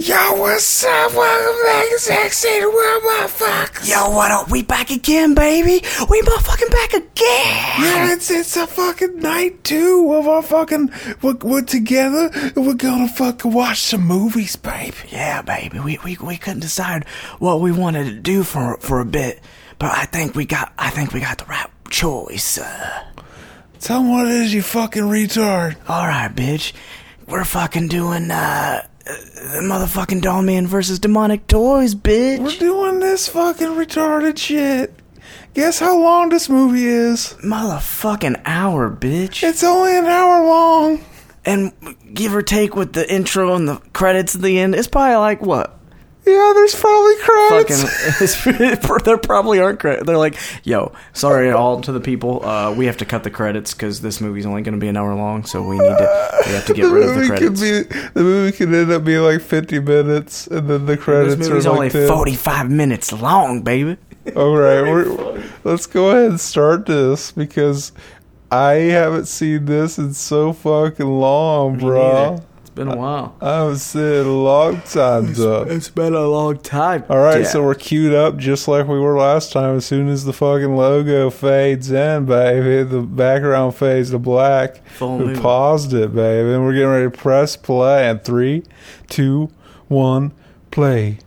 What's up? Welcome back to Sex in the World, motherfuckers. Yo, what up? We back again, baby. We motherfucking back again. Yeah, it's, it's a fucking night two of our fucking. We're, we're together and we're gonna fucking watch some movies, baby. Yeah, baby. We, we we couldn't decide what we wanted to do for for a bit, but I think we got I think we got the right choice. Uh, Tell them what it is, you fucking retard. all right, bitch. We're fucking doing uh, uh the motherfucking doll man versus demonic toys, bitch. We're doing this fucking retarded shit. Guess how long this movie is? motherfucking hour, bitch. It's only an hour long. and give or take with the intro and the credits at the end, it's probably like what Yeah, there's probably credits. fucking it's, there probably aren't credits. They're like, yo, sorry all to the people. Uh, we have to cut the credits because this movie's only going to be an hour long, so we need to we have to get the rid of the movie could credits. be the movie could end up being like fifty minutes, and then the this credits movie's are like only 10. forty five minutes long, baby. All right, we're, let's go ahead and start this because I haven't seen this in so fucking long, bro. It's been a while. I haven't seen it a long time, though. It's been a long time. Uh, All right, so we're queued up just like we were last time. As soon as the fucking logo fades in, baby, the background fades to black. Full we moon. paused it, baby, and we're getting ready to press play. And three, two, one, play.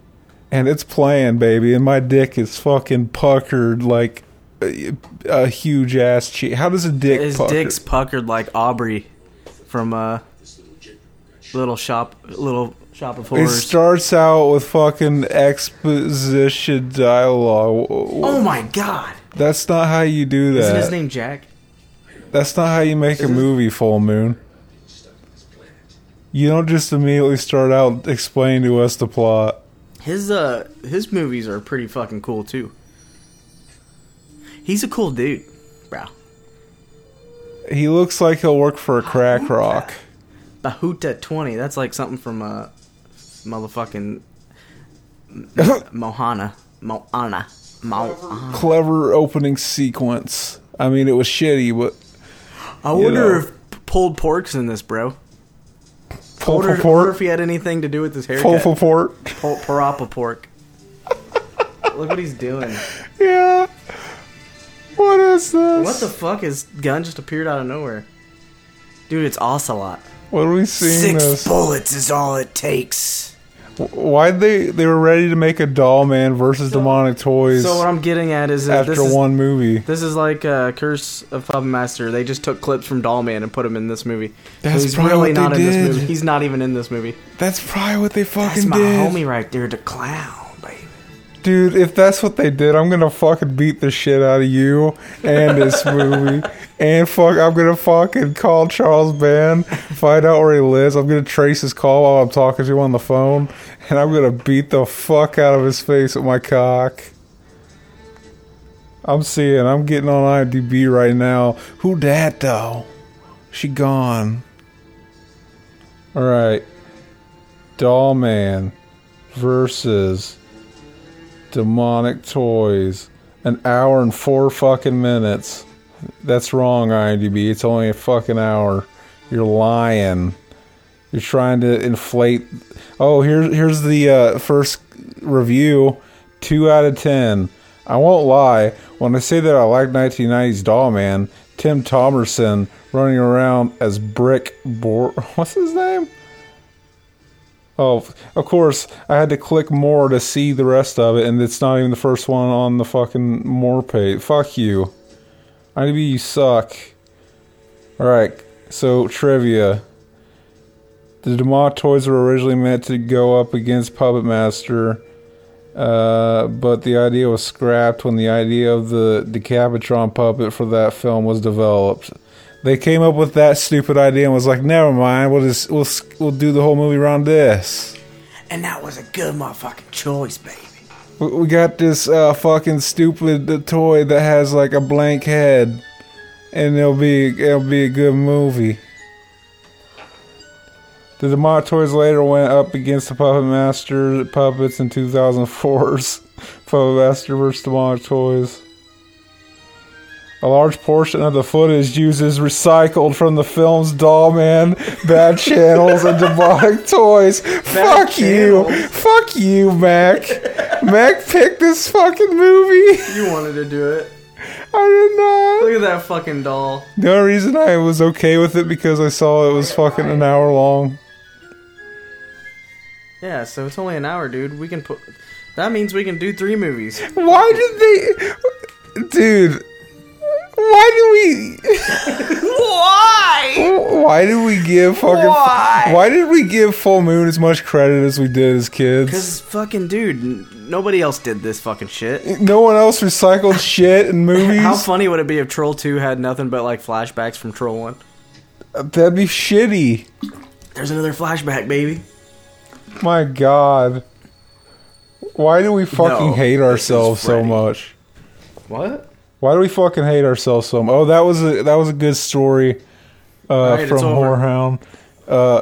And it's playing, baby, and my dick is fucking puckered like a, a huge ass cheek. How does a dick? his pucker? dick's puckered like Aubrey from uh, little shop, little shop of It horrors. starts out with fucking exposition dialogue. oh my god! That's not how you do that. Isn't his name Jack? That's not how you make a movie, Full Moon. You don't just immediately start out explaining to us the plot. His uh his movies are pretty fucking cool too. He's a cool dude, bro. He looks like he'll work for a crack rock. Bahuta twenty, that's like something from uh motherfucking Mohana. Moana. Mo- Clever opening sequence. I mean, it was shitty, but I know. wonder if pulled pork's in this, bro. pull Wonder, for wonder if port, he had anything to do with this pull haircut. for port. Pull, parappa pork. Look what he's doing. Yeah. What is this? What the fuck? His gun just appeared out of nowhere. Dude, it's Ocelot. what are we seeing? This? bullets is all it takes. Why'd they? They were ready to make a doll man versus demonic toys So what I'm getting at is that after this is, one movie. this is like uh, Curse of Puppet Master. They just took clips from Dollman and put him in this movie. That's he's probably really what they not in did. this movie. He's not even in this movie. That's probably what they fucking That's my did. homie right there, the clown, baby. Dude, if that's what they did, I'm gonna fucking beat the shit out of you and this movie. and fuck, I'm gonna fucking call Charles Band, find out where he lives. I'm gonna trace his call while I'm talking to him on the phone, and I'm gonna beat the fuck out of his face with my cock. I'm seeing, I'm getting on IMDb right now. Who dat though? She gone. Alright. Doll Man versus demonic toys an hour and four fucking minutes that's wrong imdb it's only a fucking hour you're lying you're trying to inflate oh here's here's the uh, first review two out of ten i won't lie when i say that i like 1990s doll man tim thomerson running around as brick Bor what's his name Oh, of course, I had to click more to see the rest of it, and it's not even the first one on the fucking more page. Fuck you. IDB, you suck. Alright, so trivia. The Demont toys were originally meant to go up against Puppet Master, uh, but the idea was scrapped when the idea of the Decapitron puppet for that film was developed. They came up with that stupid idea and was like, "Never mind, we'll just we'll s- we'll do the whole movie around this." And that was a good motherfucking choice, baby. We- We got this uh, fucking stupid uh, toy that has like a blank head, and it'll be it'll be a good movie. The Demont toys later went up against the Puppet Master puppets in 2004's Puppet Master vs. Demonic Toys. A large portion of the footage uses recycled from the film's Doll Man, Bad Channels, and Demonic Toys. Fuck you. Channels. Fuck you, Mac. Mac picked this fucking movie. You wanted to do it. I did not. Look at that fucking doll. The only reason I was okay with it because I saw it was fucking an hour long. Yeah, so it's only an hour, dude. We can put. That means we can do three movies. Why did they. Dude. Why do we. Why? Why did we give fucking? Why? Why? did we give Full Moon as much credit as we did as kids? Because fucking dude, n- nobody else did this fucking shit. No one else recycled shit in movies. How funny would it be if Troll 2 had nothing but like flashbacks from Troll 1? That'd be shitty. There's another flashback, baby. My God. Why do we fucking No, hate this is ourselves so Freddy. much? What? Why do we fucking hate ourselves so much? Oh, that was a that was a good story uh, right, it's from over. Whorehound. Uh,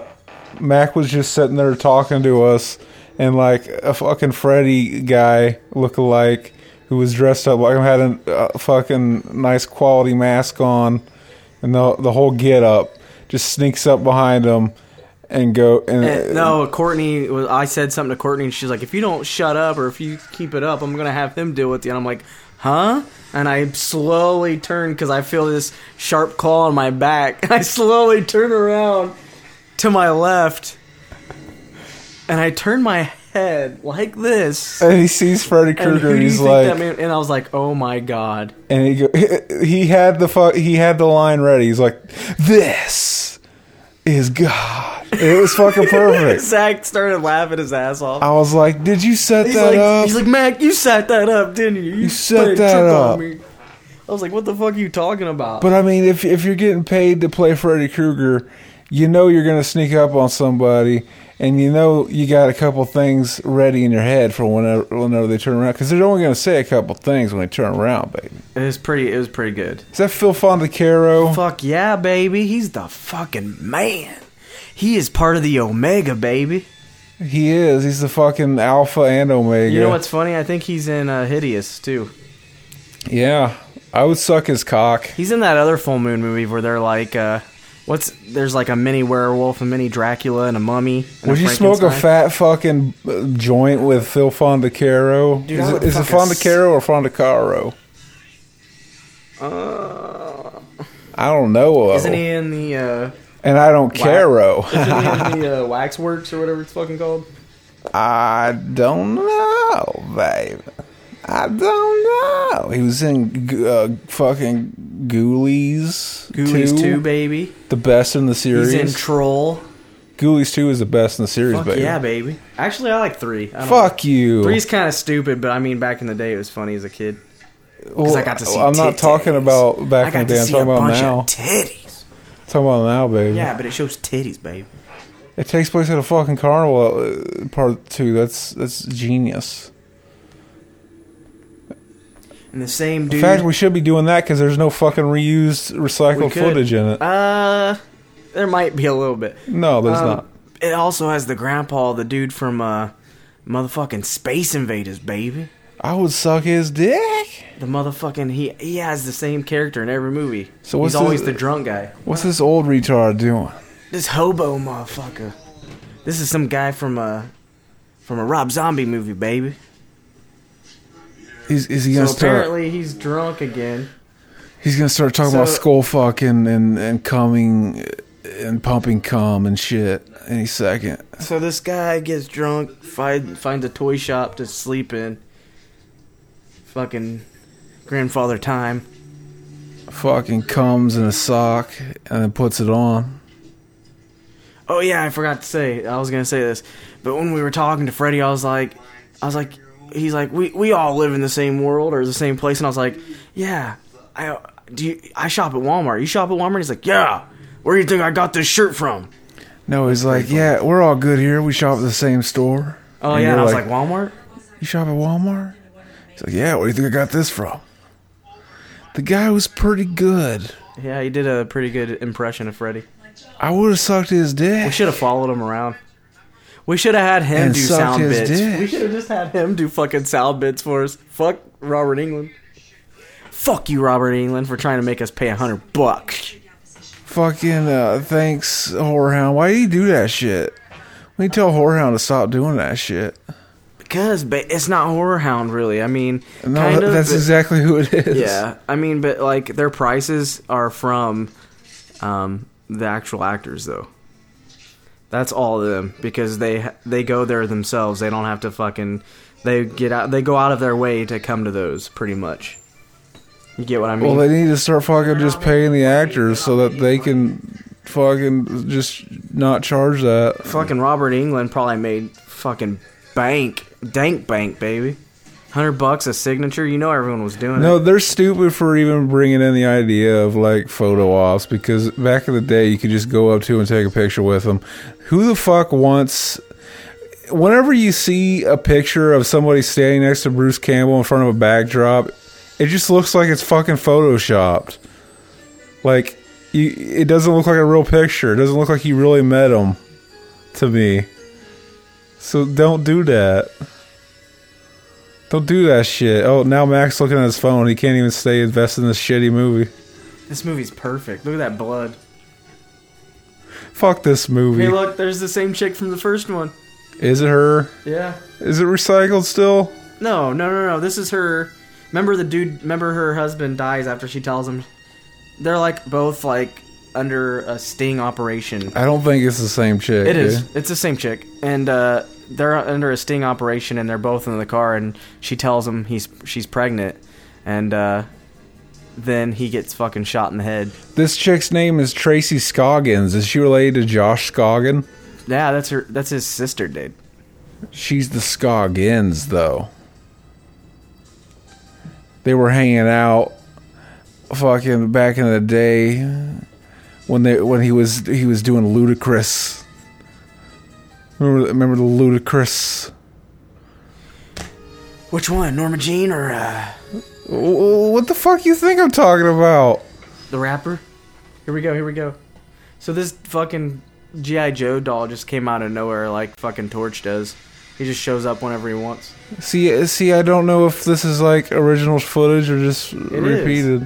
Mac was just sitting there talking to us, and like a fucking Freddy guy lookalike who was dressed up like him had a uh, fucking nice quality mask on, and the the whole get up just sneaks up behind him and go and, Eh, no, Courtney was. I said something to Courtney, and she's like, "If you don't shut up, or if you keep it up, I'm gonna have them deal with you." And I'm like, "Huh?" And I slowly turn because I feel this sharp claw on my back, and I slowly turn around to my left, and I turn my head like this. and he sees Freddy And who Krueger. do and you He's think like, that man? And I was like, "Oh my god!" and he go, he had the fu- he had the line ready. He's like, "This is God." It was fucking perfect. Zach started laughing his ass off. I was like, "Did you set He's that like, up?" he's like, Mac, you set that up, didn't you? You, set played a that trick up." On me. I was like, what the fuck are you talking about? but I mean, if if you're getting paid to play Freddy Krueger, you know you're gonna sneak up on somebody, and you know you got a couple things ready in your head for whenever whenever they turn around, because they're only gonna say a couple things when they turn around, baby. it was pretty. It was pretty good. Is that Phil Fondacaro? Fuck yeah, baby. He's the fucking man. He is part of the Omega, baby. He is. He's the fucking alpha and omega. You know what's funny? I think he's in uh, Hideous too. Yeah, I would suck his cock. He's in that other Full Moon movie where they're like, uh, what's there's like a mini werewolf, a mini Dracula, and a mummy. And Would a you smoke a fat Frankenstein. fucking uh, joint with Phil Fondacaro? Dude, is I it, would is it fucking s- Fondacaro or Fondacaro? I don't know. Uh, Isn't he in the? Uh, And I don't caro. isn't he in the uh, Waxworks or whatever it's fucking called? I don't know, babe. I don't know. He was in g- uh, fucking Ghoulies. Ghoulies 2, baby. The best in the series. He's in Troll. Ghoulies 2 is the best in the series, Fuck baby. yeah, baby. Actually, I like three. I don't Fuck you. know. Three's kind of stupid, but I mean, back in the day, it was funny as a kid. Because I got to see. am not tit talking titties. about I back got in the day. to I'm see a talking about bunch now. of titties. talking about now, baby. Yeah, but it shows titties, babe. It takes place at a fucking carnival. Uh, part two. That's that's genius. And the same In dude. fact, we should be doing that because there's no fucking reused, we recycled could- footage in it. Uh, there might be a little bit. No, there's Um, not. It also has the grandpa, the dude from uh, motherfucking Space Invaders, baby. I would suck his dick. The motherfucking he he has the same character in every movie. So what's he's always his- the drunk guy. What's this old retard doing? This hobo motherfucker. This is some guy from a from a Rob Zombie movie, baby. He's, is he So gonna start? apparently he's drunk again. He's gonna start talking about So- skull fucking and and coming and pumping cum and shit any second. So this guy gets drunk, find finds a toy shop to sleep in. Fucking grandfather time. Fucking comes in a sock and then puts it on. Oh yeah, I forgot to say. I was gonna say this, but when we were talking to Freddie, I was like, I was like, he's like, we we all live in the same world or the same place, and I was like, yeah, I do. You, I shop at Walmart. You shop at Walmart? He's like, yeah. Where do you think I got this shirt from? No, he's like, yeah, we're all good here. We shop at the same store. Oh And yeah, you're and I was like, Walmart. you shop at Walmart? He's like, yeah, where do you think I got this from? The guy was pretty good. Yeah, he did a pretty good impression of Freddie. I would have sucked his We dick. should have followed him around. We should have had him And do sucked sound his bits. dick. We should have just had him do fucking sound bits for us. Fuck Robert England. Fuck you, Robert England, for trying to make us pay a hundred bucks. Fucking uh, thanks, Whorehound. Why do you do that shit? We tell Whorehound to stop doing that shit. Because ba- it's not Horror Hound, really. I mean, No, kind of, that's but- exactly who it is. Yeah, I mean, but like their prices are from um, the actual actors, though. That's all of them because they they go there themselves. They don't have to fucking they get out. They go out of their way to come to those, pretty much. You get what I mean? Well, they need to start fucking just paying the actors so that they can fucking just not charge that. fucking Robert England probably made fucking bank, dank bank, baby. Hundred bucks a signature. You know everyone was doing No, it. they're stupid for even bringing in the idea of like photo ops because back in the day you could just go up to and take a picture with them. Who the fuck wants? Whenever you see a picture of somebody standing next to Bruce Campbell in front of a backdrop, it just looks like it's fucking photoshopped. Like you, it doesn't look like a real picture. It doesn't look like you really met them. To me, so don't do that. Don't do that shit. Oh, now Max looking at his phone. He can't even stay invested in this shitty movie. This movie's perfect. Look at that blood. Fuck this Hey, movie. look, there's the same chick from the first one. Is it her? Yeah. Is it recycled still? No, no, no, no. This is her. Remember the dude. Remember her husband dies after she tells him. They're like both like under a sting operation. I don't think it's the same chick. It dude. is. It's the same chick, and uh, they're under a sting operation, and they're both in the car, and she tells him he's she's pregnant, and uh, then he gets fucking shot in the head. This chick's name is Tracy Scoggins. Is she related to Josh Scoggin? Yeah, that's her. That's his sister, dude. She's the Scoggins, though. They were hanging out, fucking back in the day, when they when he was he was doing ludicrous. Remember, remember the ludicrous. Which one, Norma Jean or uh, Wh- What the fuck you think I'm talking about? the rapper? Here we go. Here we go. So this fucking GI Joe doll just came out of nowhere, like fucking Torch does. He just shows up whenever he wants. See, see, I don't know if this is like original footage or just repeated.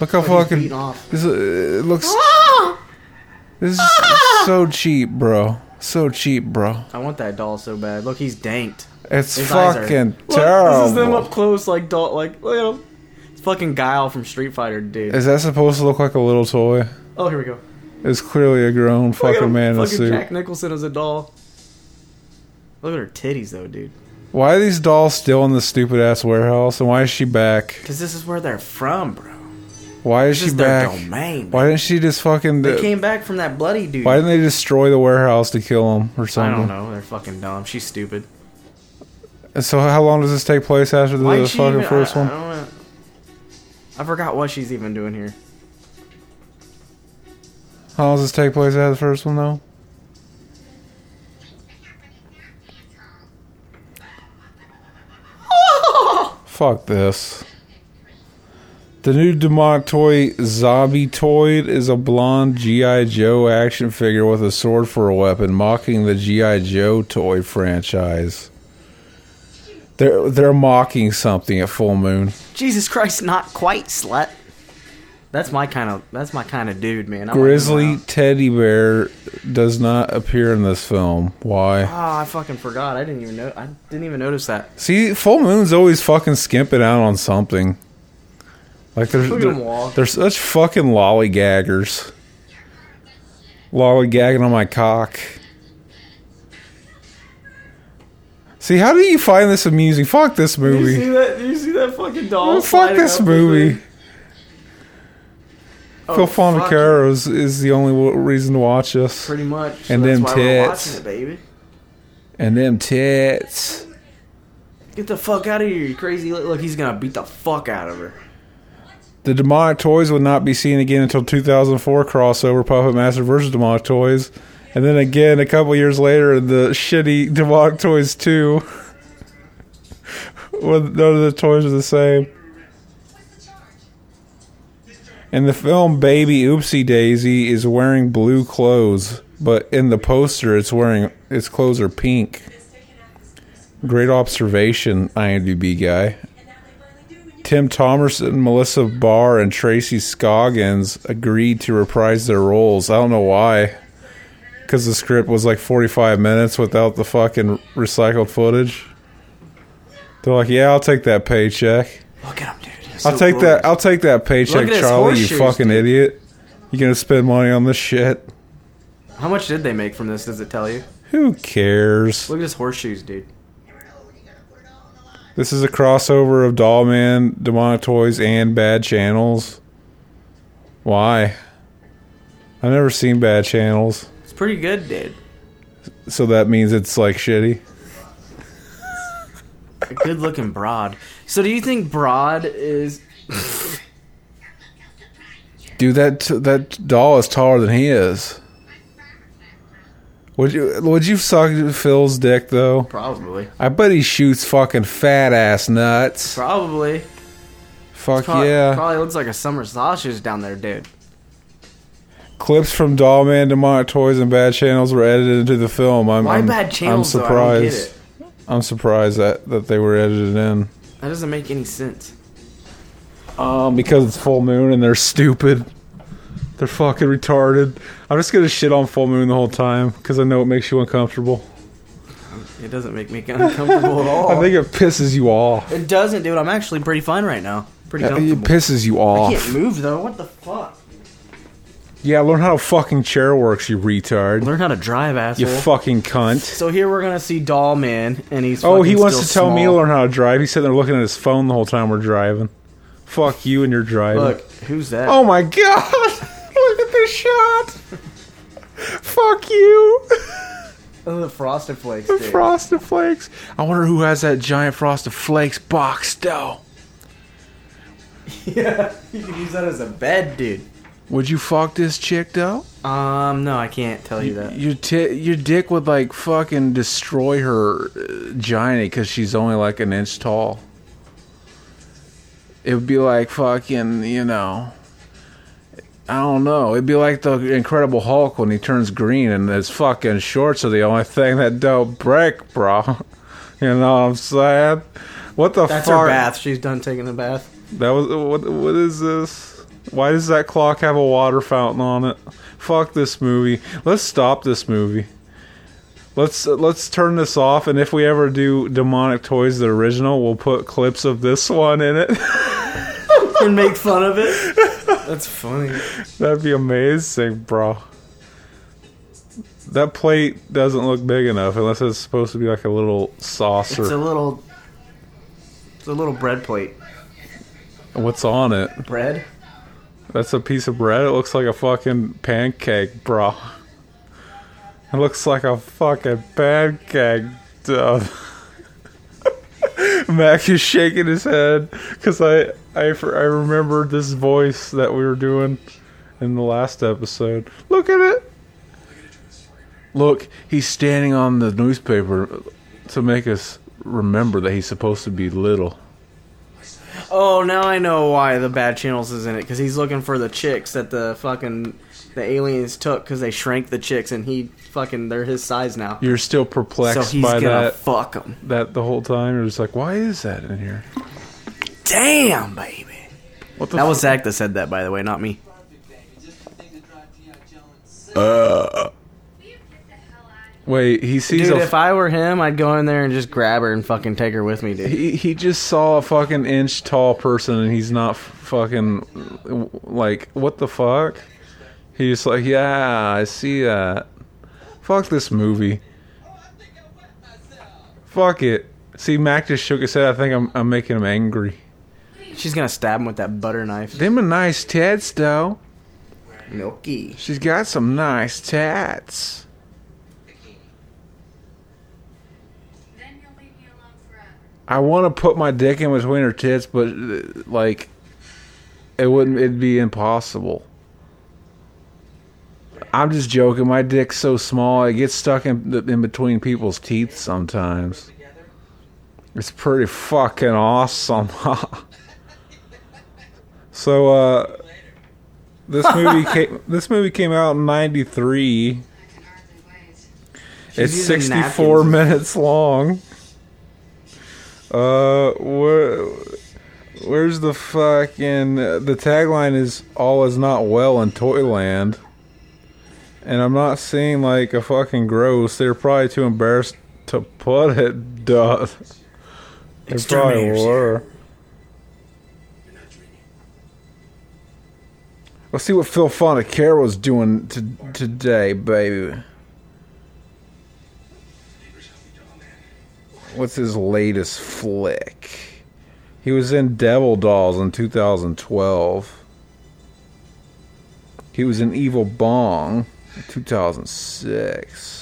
Look how he's fucking beaten off. this. Uh, it looks. This is so cheap, bro. So cheap, bro. I want that doll so bad. Look, he's danked. It's His eyes are- fucking Look, terrible. This is them up close, like doll, like look at him. It's fucking Guile from Street Fighter, dude. Is that supposed to look like a little toy? oh, here we go. It's clearly a grown Look at fucking him. man in a fucking suit. Jack Nicholson as a doll. Look at her titties, though, dude. Why are these dolls still in this stupid ass warehouse? And why is she back? Because this is where they're from, bro. Why is This she is their back? domain. bro. Why didn't she just fucking? They came back from that bloody dude. Why didn't they destroy the warehouse to kill him or I something? don't know. They're fucking dumb. She's stupid. So how long does this take place after the Why did she fucking even- first I, one? I, don't know. I forgot what she's even doing here. How long does this take place after the first one though? Fuck this. The new demonic toy Zombie Toid is a blonde G.I. Joe action figure with a sword for a weapon, mocking the G.I. Joe toy franchise. They're they're mocking something at full moon. Jesus Christ, not quite, slut. That's my kind of. That's my kind of dude, man. I'm Grizzly like, teddy bear does not appear in this film. Why? wow. Oh, I fucking forgot. I didn't even know. I didn't even notice that. See, full moon's always fucking skimping out on something. Like there's Look at him they're, walk. they're such fucking lollygaggers. Lollygagging on my cock. See, how do you find this amusing? Fuck this You see movie. that? You see that fucking doll? Oh, fuck sliding this up the movie. thing? Phil Oh, fuck Fonacaro is, is the only w- reason to watch this. Pretty much. So And that's them why we're tits. watching it, baby. And them tits. Get the fuck out of here, you crazy! li- Look, he's gonna beat the fuck out of her. The demonic toys would not be seen again until 2004 crossover Puppet Master versus Demonic Toys, and then again a couple years later in the shitty Demonic Toys 2, when none of the toys are the same. In the film, Baby Oopsie Daisy is wearing blue clothes, but in the poster, it's wearing its clothes are pink. Great observation, IMDb guy. Tim Thomerson, Melissa Barr, and Tracy Scoggins agreed to reprise their roles. I don't know why. Because the script was like 45 minutes without the fucking recycled footage. They're like, yeah, I'll take that paycheck. Look at him, dude. He's I'll so take glorious. that. I'll take that Look paycheck, at his Charlie. You horseshoes, fucking dude. idiot. You gonna spend money on this shit? How much did they make from this? Does it tell you? Who cares? Look at his horseshoes, dude. This is a crossover of Dollman, Demonic Toys, and Bad Channels. Why? I've never seen Bad Channels, It's pretty good, dude. so that means it's like shitty. A good looking broad. So, do you think broad is? Dude, that that doll is taller than he is. Would you would you suck Phil's dick though? Probably. I bet he shoots fucking fat ass nuts. Probably. Fuck Probably, yeah. probably looks like a summer sausage down there, dude. Clips from Dollman, Demonic Toys, and Bad Channels were edited into the film. I'm, Why I'm, bad channels? I'm though? I don't get surprised. it. I'm surprised that, that they were edited in. That doesn't make any sense. Um, because it's full moon and they're stupid. They're fucking retarded. I'm just gonna shit on full moon the whole time because I know it makes you uncomfortable. It doesn't make me uncomfortable at all. I think it pisses you off. it doesn't, dude. I'm actually pretty fine right now. Pretty It comfortable. pisses you I off. can't move though. What the fuck? Yeah, learn how a fucking chair works, you retard. Learn how to drive, You asshole. fucking cunt. so here we're gonna see Doll Man, and he's. Oh, fucking he wants to still tell me to small. learn how to drive. He's sitting there looking at his phone the whole time we're driving. Fuck you and your driving. Look, who's that? Oh my god! Look at this shot! Fuck you! Those are the Frosted Flakes, dude. Frosted Flakes. I wonder who has that giant Frosted Flakes box though. yeah, you can use that as a bed, dude. Would you fuck this chick though? Um, no, I can't tell you that. Your ti your dick would like fucking destroy her uh, giant because she's only like an inch tall. It would be like fucking, you know. I don't know. It'd be like the Incredible Hulk when he turns green and his fucking shorts are the only thing that don't break, bro. You know what I'm saying? What the That's fuck? her bath. She's done taking a bath. That was what? What is this? Why does that clock have a water fountain on it? Fuck this movie. Let's stop this movie. Let's let's turn this off. And if we ever do demonic toys, the original, we'll put clips of this one in it. and make fun of it. That's funny. That'd be amazing, bro. That plate doesn't look big enough unless it's supposed to be like a little It's a saucer. little. It's a little bread plate. What's on it? Bread? That's a piece of bread. It looks like a fucking pancake, bro. It looks like a fucking pancake, dude. Mac is shaking his head because I, I f- I remembered this voice that we were doing in the last episode. Look at it. Look, he's standing on the newspaper to make us remember that he's supposed to be little. Oh, now I know why the Bad Channels is in it because he's looking for the chicks that the fucking the aliens took because they shrank the chicks and he fucking they're his size now. You're still perplexed So he's by gonna that. fuck them. that the whole time. You're just like, why is that in here? Damn, baby. What the That was Zach that said that, by the way, not me. Wait, he sees Dude, a. if I were him, I'd go in there and just grab her and fucking take her with me, dude. he, he just saw a fucking inch tall person and he's not f- fucking like what the fuck? He's just like, yeah, I see that. Fuck this movie. Fuck it. See, Mac just shook his head. I think I'm, I'm making him angry. She's gonna stab him with that butter knife. Them a nice tats though. Milky. She's got some nice tats. Then you'll leave me alone forever. I want to put my dick in between her tits, but uh, like, it wouldn't. It'd be impossible. I'm just joking. My dick's so small, it gets stuck in the, in between people's teeth sometimes. It's pretty fucking awesome. so, uh, this movie came. This movie came out in '93. I can hardly wait. It's using 64 napkins. minutes long. Uh, what? Where's the fucking uh, the tagline is all is not well in Toyland, and I'm not seeing like a fucking gross. They're probably too embarrassed to put it. Duh. They probably Exterminators. were. Let's see what Phil Fontecare was doing to, today, baby. What's his latest flick? He was in Devil Dolls in 2012. He was in Evil Bong in 2006.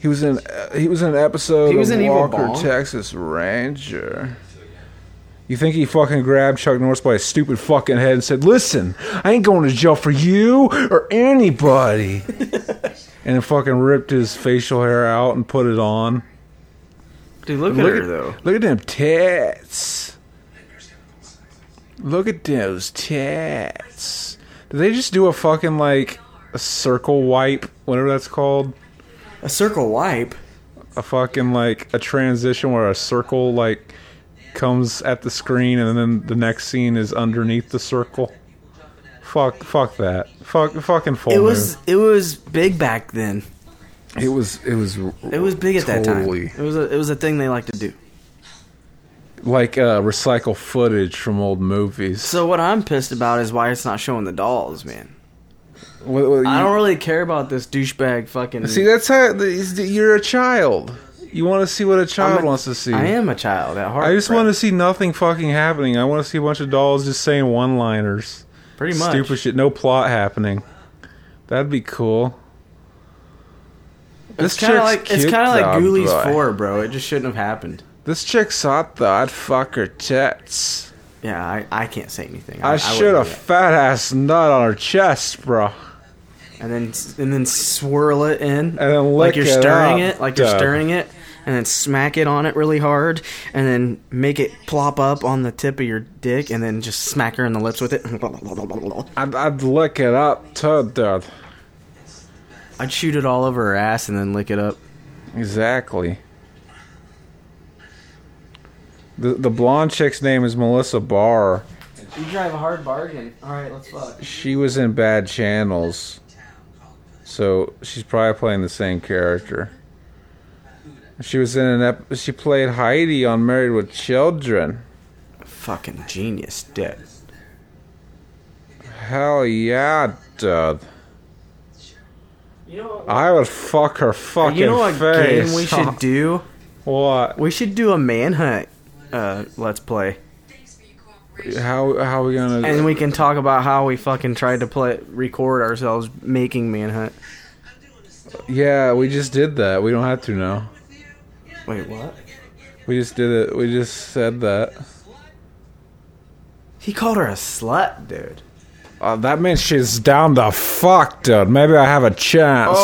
He was in uh, he was in an episode He was of in Evil Walker Bong. Texas Ranger. You think he fucking grabbed Chuck Norris by his stupid fucking head and said, "Listen, I ain't going to jail for you or anybody," and then fucking ripped his facial hair out and put it on. Dude, look, at Look her at- though. Look at them tats. Look at those tats. Did they just do a fucking like a circle wipe, whatever that's called? A circle wipe. A fucking like a transition where a circle like comes at the screen and then the next scene is underneath the circle. Fuck, fuck that. Fuck, fucking full It moon. was it was big back then. It was. It was. It was big at Totally. that time. It was a, it was a thing they like to do. Like uh, recycle footage from old movies. So what I'm pissed about is why it's not showing the dolls, man. What- what- I you- don't really care about this douchebag fucking. See, that's how is that you're a child. You want to see what a child I'm a- wants to see. I am a child at heart. I just want to see nothing fucking happening. I want to see a bunch of dolls just saying one-liners, to pretty much stupid shit, no plot happening. That'd be cool. It's kind of like it's kind of like Ghoulies Four, bro. It just shouldn't have happened. This chick's hot though. I'd fuck her tits. Yeah, I, I can't say anything. I, wouldn't should do a that. fat ass nut on her chest, bro. and then and then swirl it in, and then lick like you're it stirring up, it, like you're Doug. stirring it, and then smack it on it really hard, and then make it plop up on the tip of your dick, and then just smack her in the lips with it. I'd, I'd lick it up too, dude. I'd shoot it all over her ass and then lick it up. Exactly. The the blonde chick's name is Melissa Barr. You drive a hard bargain. All right, let's fuck. She was in Bad Channels, so she's probably playing the same character. She was in an ep- she played Heidi on Married with Children. Fucking genius, dick. Hell yeah, dude. You know what? I would fuck her fucking You know what face. game we should do? What? We should do a manhunt. Uh, let's play. Thanks for your cooperation. How how are we gonna? And we can talk about how we fucking tried to play record ourselves making manhunt. yeah, we just did that. We don't have to now. Wait, what? We just did it. We just said that. He called her a slut, dude. Uh, that means she's down the fuck, dude. Maybe I have a chance.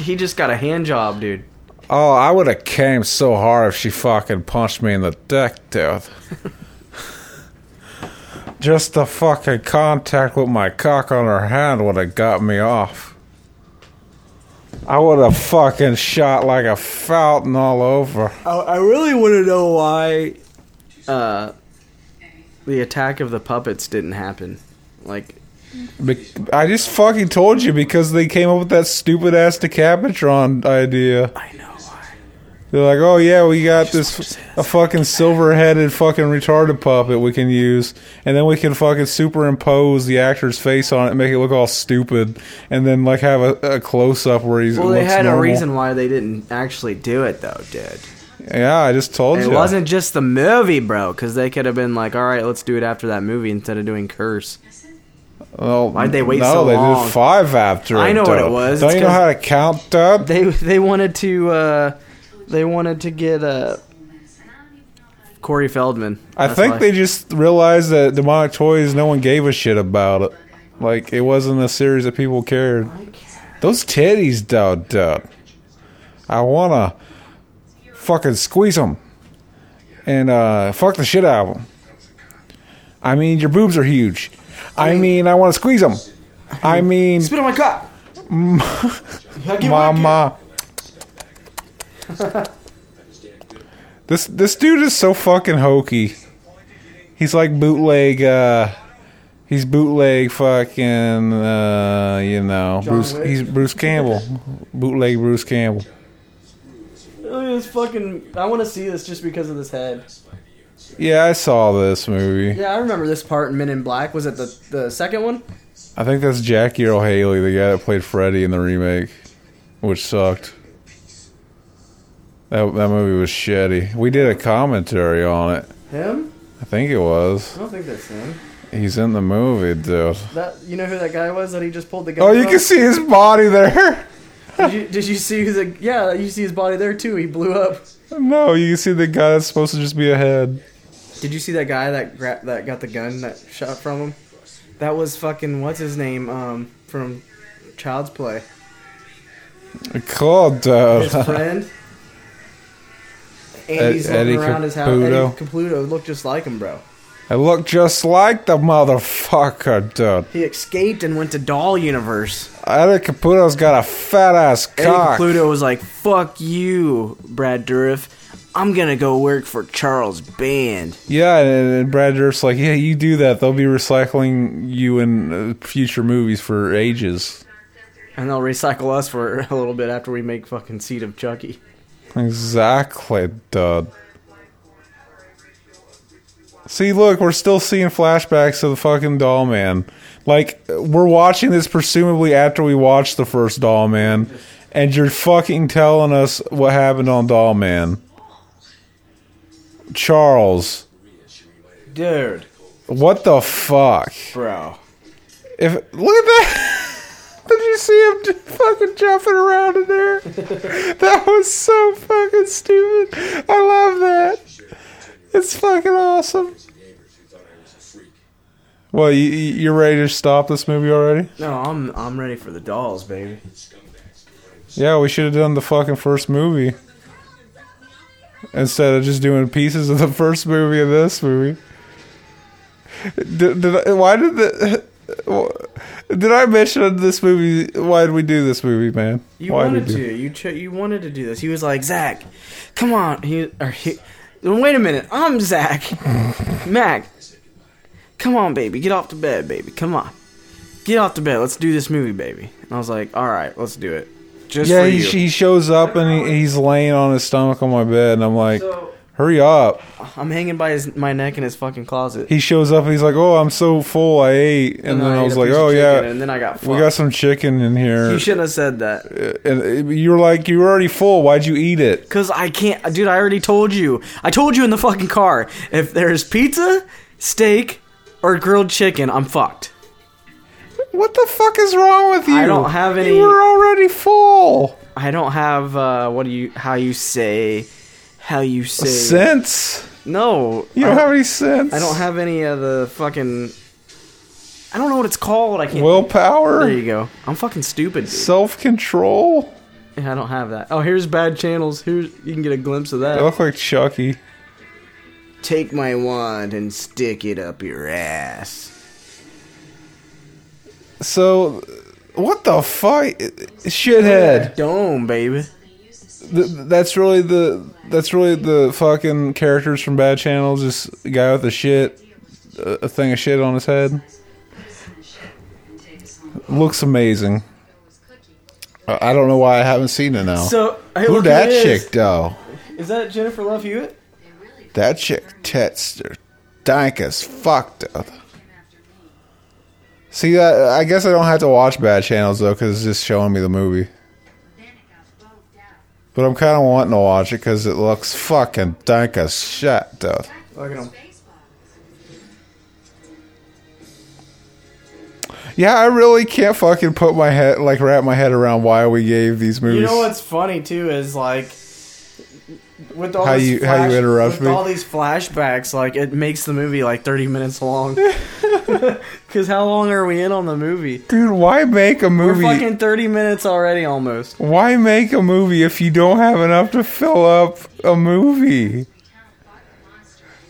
Oh, he just got a hand job, dude. Oh, I would have came so hard if she fucking punched me in the dick, dude. Just the fucking contact with my cock on her hand would have got me off. I would have fucking shot like a fountain all over. I, I really want to know why uh, the attack of the puppets didn't happen. Like, Be- I just fucking told you because they came up with that stupid ass decapitron idea. I know why. They're like, oh yeah, we got wanted to this say a fucking silver-headed fucking retarded puppet we can use, and then we can fucking superimpose the actor's face on it, and make it look all stupid, and then like have a, a close-up where he's. Well, it they looks had normal. a reason why they didn't actually do it, though, dude. Yeah, I just told It you. wasn't just the movie, bro, because they could have been like, all right, let's do it after that movie instead of doing Curse. Well, Why'd they wait no, so they long? did five after. I know what it though. was. Don't It's you know 'cause- how to count that? They they wanted to uh, they wanted to get uh, Corey Feldman. I That's think why. they just realized that demonic toys, no one gave a shit about it. Like it wasn't a series that people cared. Those titties, dude, dude. I wanna fucking squeeze them and uh, fuck the shit out of them. I mean, your boobs are huge. I mean, I want to squeeze them. I mean, spit on my cup. mama. This this dude is so fucking hokey. He's like bootleg. uh He's bootleg fucking. uh You know, Bruce. Wick. He's Bruce Campbell. bootleg Bruce Campbell. Look at this fucking. I want to see this just because of this head. Yeah, I saw this movie. Yeah, I remember this part in Men in Black. Was it the the second one? I think that's Jackie Earl Haley, the guy that played Freddy in the remake, which sucked. That that movie was shitty. We did a commentary on it. Him? I think it was. I don't think that's him. He's in the movie, dude. That you know who that guy was that he just pulled the gun. Oh, you from? can see his body there. Did you, did you see who the? Yeah, you see his body there too. He blew up. No, you can see the guy that's supposed to just be a head. Did you see that guy that gra- that got the gun that shot from him? That was fucking what's his name um from Child's Play. Claude, His uh, friend. And he's Ed- looking E- Eddie around his house. Caputo. Eddie Caputo looked just like him, bro. I look just like the motherfucker, dude. He escaped and went to Doll Universe. Eddie Caputo's got a fat ass Eddie cock. Pluto was like, "Fuck you, Brad Dourif. I'm gonna go work for Charles Band." Yeah, and, and Brad Dourif's like, yeah, you do that, they'll be recycling you in uh, future movies for ages. And they'll recycle us for a little bit after we make fucking Seed of Chucky. Exactly, dude. See, look, we're still seeing flashbacks of the fucking doll man. Like, we're watching this presumably after we watched the first doll man, and you're fucking telling us what happened on doll man. Charles, Dude, what the fuck? bro. If look at that, did you see him j- fucking jumping around in there? that was so fucking stupid. I love that. It's fucking awesome. Well, you, you- you're ready to stop this movie already? No, I'm I'm ready for the dolls, baby. Yeah, we should have done the fucking first movie instead of just doing pieces of the first movie of this movie. Did, did I, why did the did I mention on this movie? Why did we do this movie, man? You why wanted did we to. You ch- you wanted to do this. He was like, Zach, come on. He or he. Wait a minute. I'm Zach. Mac, come on, baby. Get off the bed, baby. Come on. Get off the bed. Let's do this movie, baby. And I was like, all right, let's do it. Just Yeah, for he, you. he shows up and he, he's laying on his stomach on my bed, and I'm like, So- "Hurry up!" I'm hanging by his my neck in his fucking closet. He shows up and he's like, "Oh, I'm so full, I ate," and, then ate I, was a like, piece of "Oh chicken, yeah, And then I got we fucked. got some chicken in here." you shouldn't have said that. and you were like, "You were already full. Why'd you eat it?" Cause I can't, dude. I already told you. I told you in the fucking car. If there's pizza, steak, or grilled chicken, I'm fucked. What the fuck is wrong with you? I don't have any- You were already full. I don't have uh, what do you how you say how you say Sense. no. You I, don't have any sense. I don't have any of the fucking. I don't know what it's called. I can't. there willpower, you go. I'm fucking stupid. Dude. self control. Yeah, I don't have that. Oh, here's bad channels. Here's you can get a glimpse of I that. look like Chucky. Take my wand and stick it up your ass. So, what the fuck, shithead? Dome, baby. Th- that's really the that's really the fucking characters from Bad Channel. Just a guy with a shit, a a thing of shit on his head. Looks amazing. I I don't know why I haven't seen it now. So hey, Who look that who it is. chick though? Is that Jennifer Love Hewitt? That chick tits are dank as fuck. Though. See, that I guess I don't have to watch bad channels though, because it's just showing me the movie. But I'm kind of wanting to watch it because it looks fucking dank as shit, dude. Look at him. Yeah, I really can't fucking put my head, like, wrap my head around why we gave these movies. You know what's funny too is like with all How this you- how flash, you interrupt with me? all these flashbacks, like it makes the movie like thirty minutes long. Because how long are we in on the movie? Dude, why make a We're movie? fucking thirty minutes already, almost. Why make a movie if you don't have enough to fill up a movie?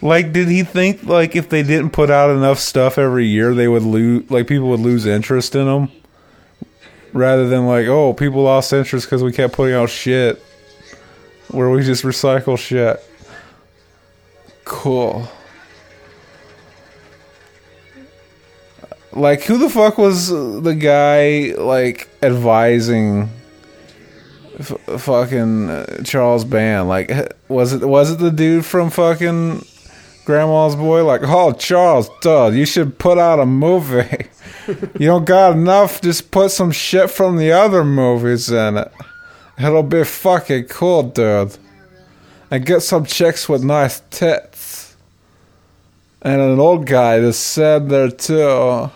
Like, did he think like if they didn't put out enough stuff every year, they would lose like people would lose interest in them, rather than like, oh, people lost interest because we kept putting out shit, where we just recycle shit. Cool. Like, who the fuck was uh, the guy, like, advising f- fucking uh, Charles Band? Like, h- was it was it the dude from fucking Grandma's Boy? Like, oh, Charles, duh, you should put out a movie. you don't got enough, just put some shit from the other movies in it. It'll be fucking cool, dude and get some chicks with nice tits. And an old guy that's sad there too.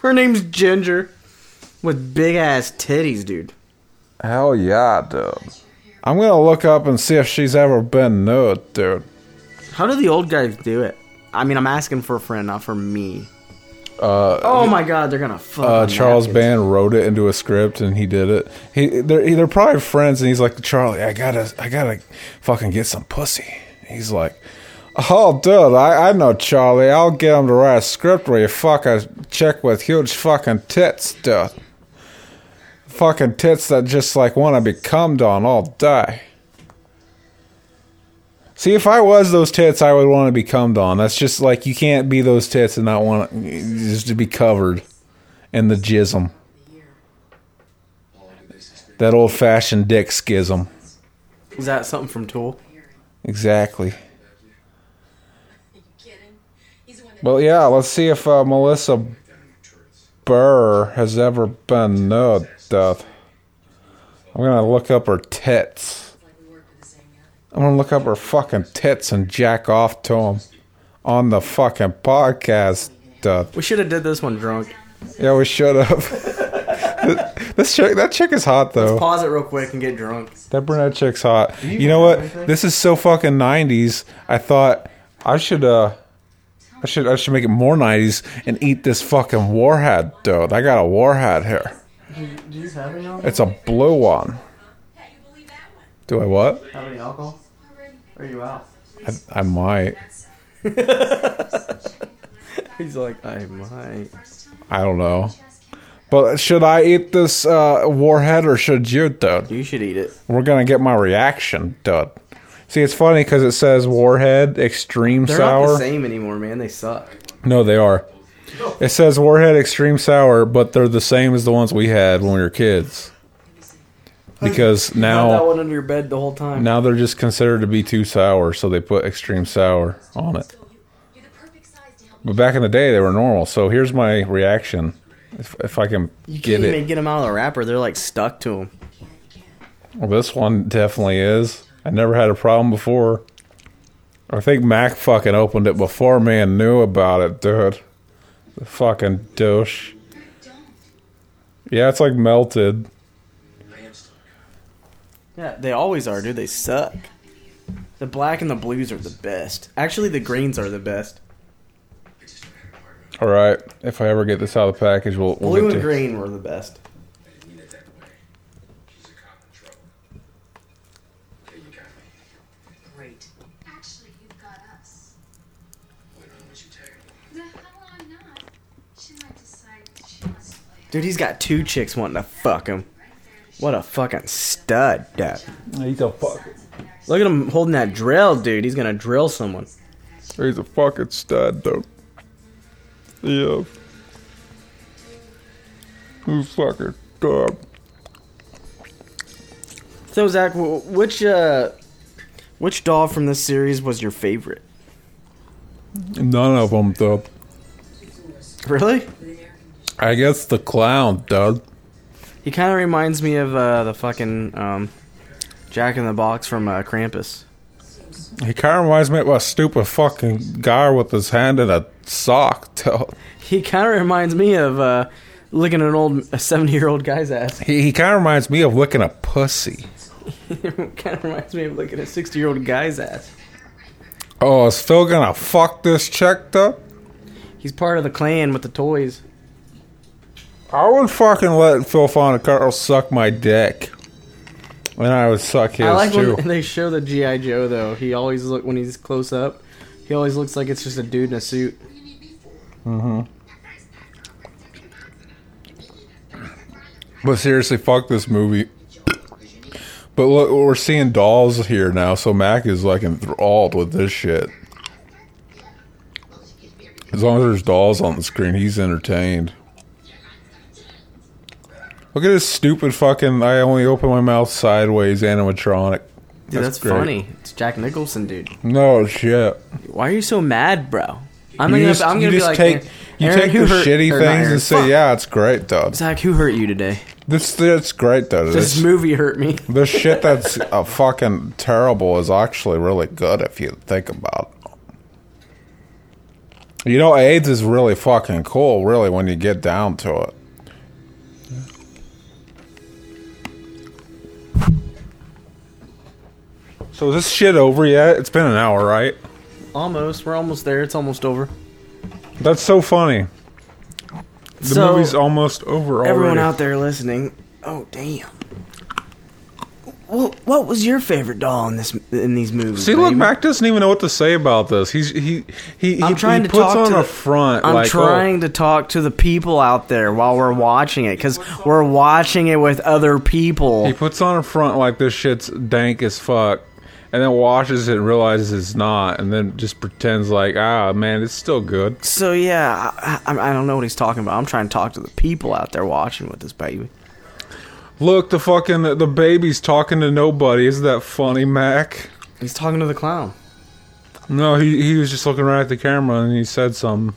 Her name's Ginger, with big ass titties, dude. Hell yeah, dude. I'm gonna look up and see if she's ever been nude, dude. How do the old guys do it? I mean, I'm asking for a friend, not for me. Uh, Oh my god, they're gonna fuck. uh, on Charles napkins. Band wrote it into a script and he did it. He they're, they're probably friends and he's like Charlie, I gotta I gotta fucking get some pussy. He's like, oh dude, I, I know Charlie. I'll get him to write a script where you fuck a chick with huge fucking tits, dude. Fucking tits that just like want to be cummed on all day. See, if I was those tits, I would want to be cummed on. That's just like you can't be those tits and not want just to be covered and the jism. That old fashioned dick schism. Is that something from Tool? Exactly. Are you kidding? He's the one that Well, yeah, let's see if uh, Melissa Burr has ever been nude. Uh, I'm going to look up her tits. like we work with the same guy. I'm going to look up her fucking tits and jack off to them on the fucking podcast. Uh, We should have did this one drunk. yeah, we should have. this chick, that chick is hot though. Pause it real quick and get drunk. That brunette chick's hot. You know what? This is so fucking nineties. I thought I should uh I should I should make it more nineties and eat this fucking warhead dude. I got a warhead here. Do you have any alcohol? It's a blue one. Hey, you believe that one? Do I what? Have any alcohol? Already. Are you out? I, I might. He's like, I might. First time I don't know. just came. But should I eat this uh warhead or should you dude? You should eat it. We're gonna get my reaction, dude. See, it's funny because it says warhead extreme They're sour. not the same anymore, man. They suck. No, they are. It says Warhead Extreme Sour, but they're the same as the ones we had when we were kids. Because Had that now one under your bed the whole time. now they're just considered to be too sour, so they put extreme sour on it. So you, you're the perfect size to help me. But back in the day, they were normal. So here's my reaction, if, if I can You can't get even it. get them out of the wrapper. They're like stuck to them. Well, this one definitely is. I never had a problem before. I think Mac fucking opened it before me and knew about it, dude. The fucking douche. Yeah, it's like melted. Yeah, they always are, dude. They suck. The black and the blues are the best. Actually, the greens are the best. All right. If I ever get this out of the package, we'll, we'll Blue get and to- green were the best. Great. Actually, you've got us. The hell I'm not. She might decide that she wants to play. Dude, he's got two chicks wanting to fuck him. What a fucking stud, dude. He's a fuck. Look at him holding that drill, dude. He's gonna drill someone. He's a fucking stud, though. Yeah. He's fucking stud. So Zach, wh- which uh, which doll from this series was your favorite? None of them, though. Really? I guess the clown, dude. He kind of reminds me of uh, the fucking um, Jack in the Box from uh, Krampus. He kind of reminds me of a stupid fucking guy with his hand in a sock, dude. He kind of reminds me of uh, licking an old a seventy year old guy's ass. He, he kind of reminds me of licking a pussy. kind of reminds me of licking a sixty year old guy's ass. Oh, is Phil gonna fuck this chick, though? He's part of the clan with the toys. I would fucking let Phil Fonacarl suck my dick. And I would suck his I like too. when they show the GI Joe though. He always look when he's close up. He always looks like it's just a dude in a suit. But seriously, fuck this movie. But look, we're seeing dolls here now, so Mac is like enthralled with this shit. As long as there's dolls on the screen, he's entertained. Look at this stupid fucking I only open my mouth sideways animatronic. Dude, that's, great. funny. It's Jack Nicholson, dude. No shit. Why are you so mad, bro? I'm You gonna, just, I'm you gonna be just like, take you Aaron, take who the hurt, shitty or not things Aaron, and say, fuck. yeah, it's great though. Zach, who hurt you today? This that's great though. This This, movie hurt me. this shit that's uh, fucking terrible is actually really good if you think about. it. You know, AIDS is really fucking cool. Really, when you get down to it. So is this shit over yet? It's been an hour, right? Almost. We're almost there. It's almost over. That's so funny. The so, movie's almost over already. everyone out there listening, oh damn. What, what was your favorite doll in this in these movies? See, look, baby? Mac doesn't even know what to say about this. He's he he he, I'm trying he to puts talk on to a the- front. I'm like, oh, trying to talk to the people out there while we're watching it because we're watching it with other oh, people. he puts on a front like this shit's dank as fuck, and then watches it and realizes it's not, and then just pretends like ah man, it's still good. So yeah, I, I, I don't know what he's talking about. I'm trying to talk to the people out there watching with this baby. Look, the fucking the baby's talking to nobody. Isn't that funny, Mac? He's talking to the clown. No, he he was just looking right at the camera and he said something.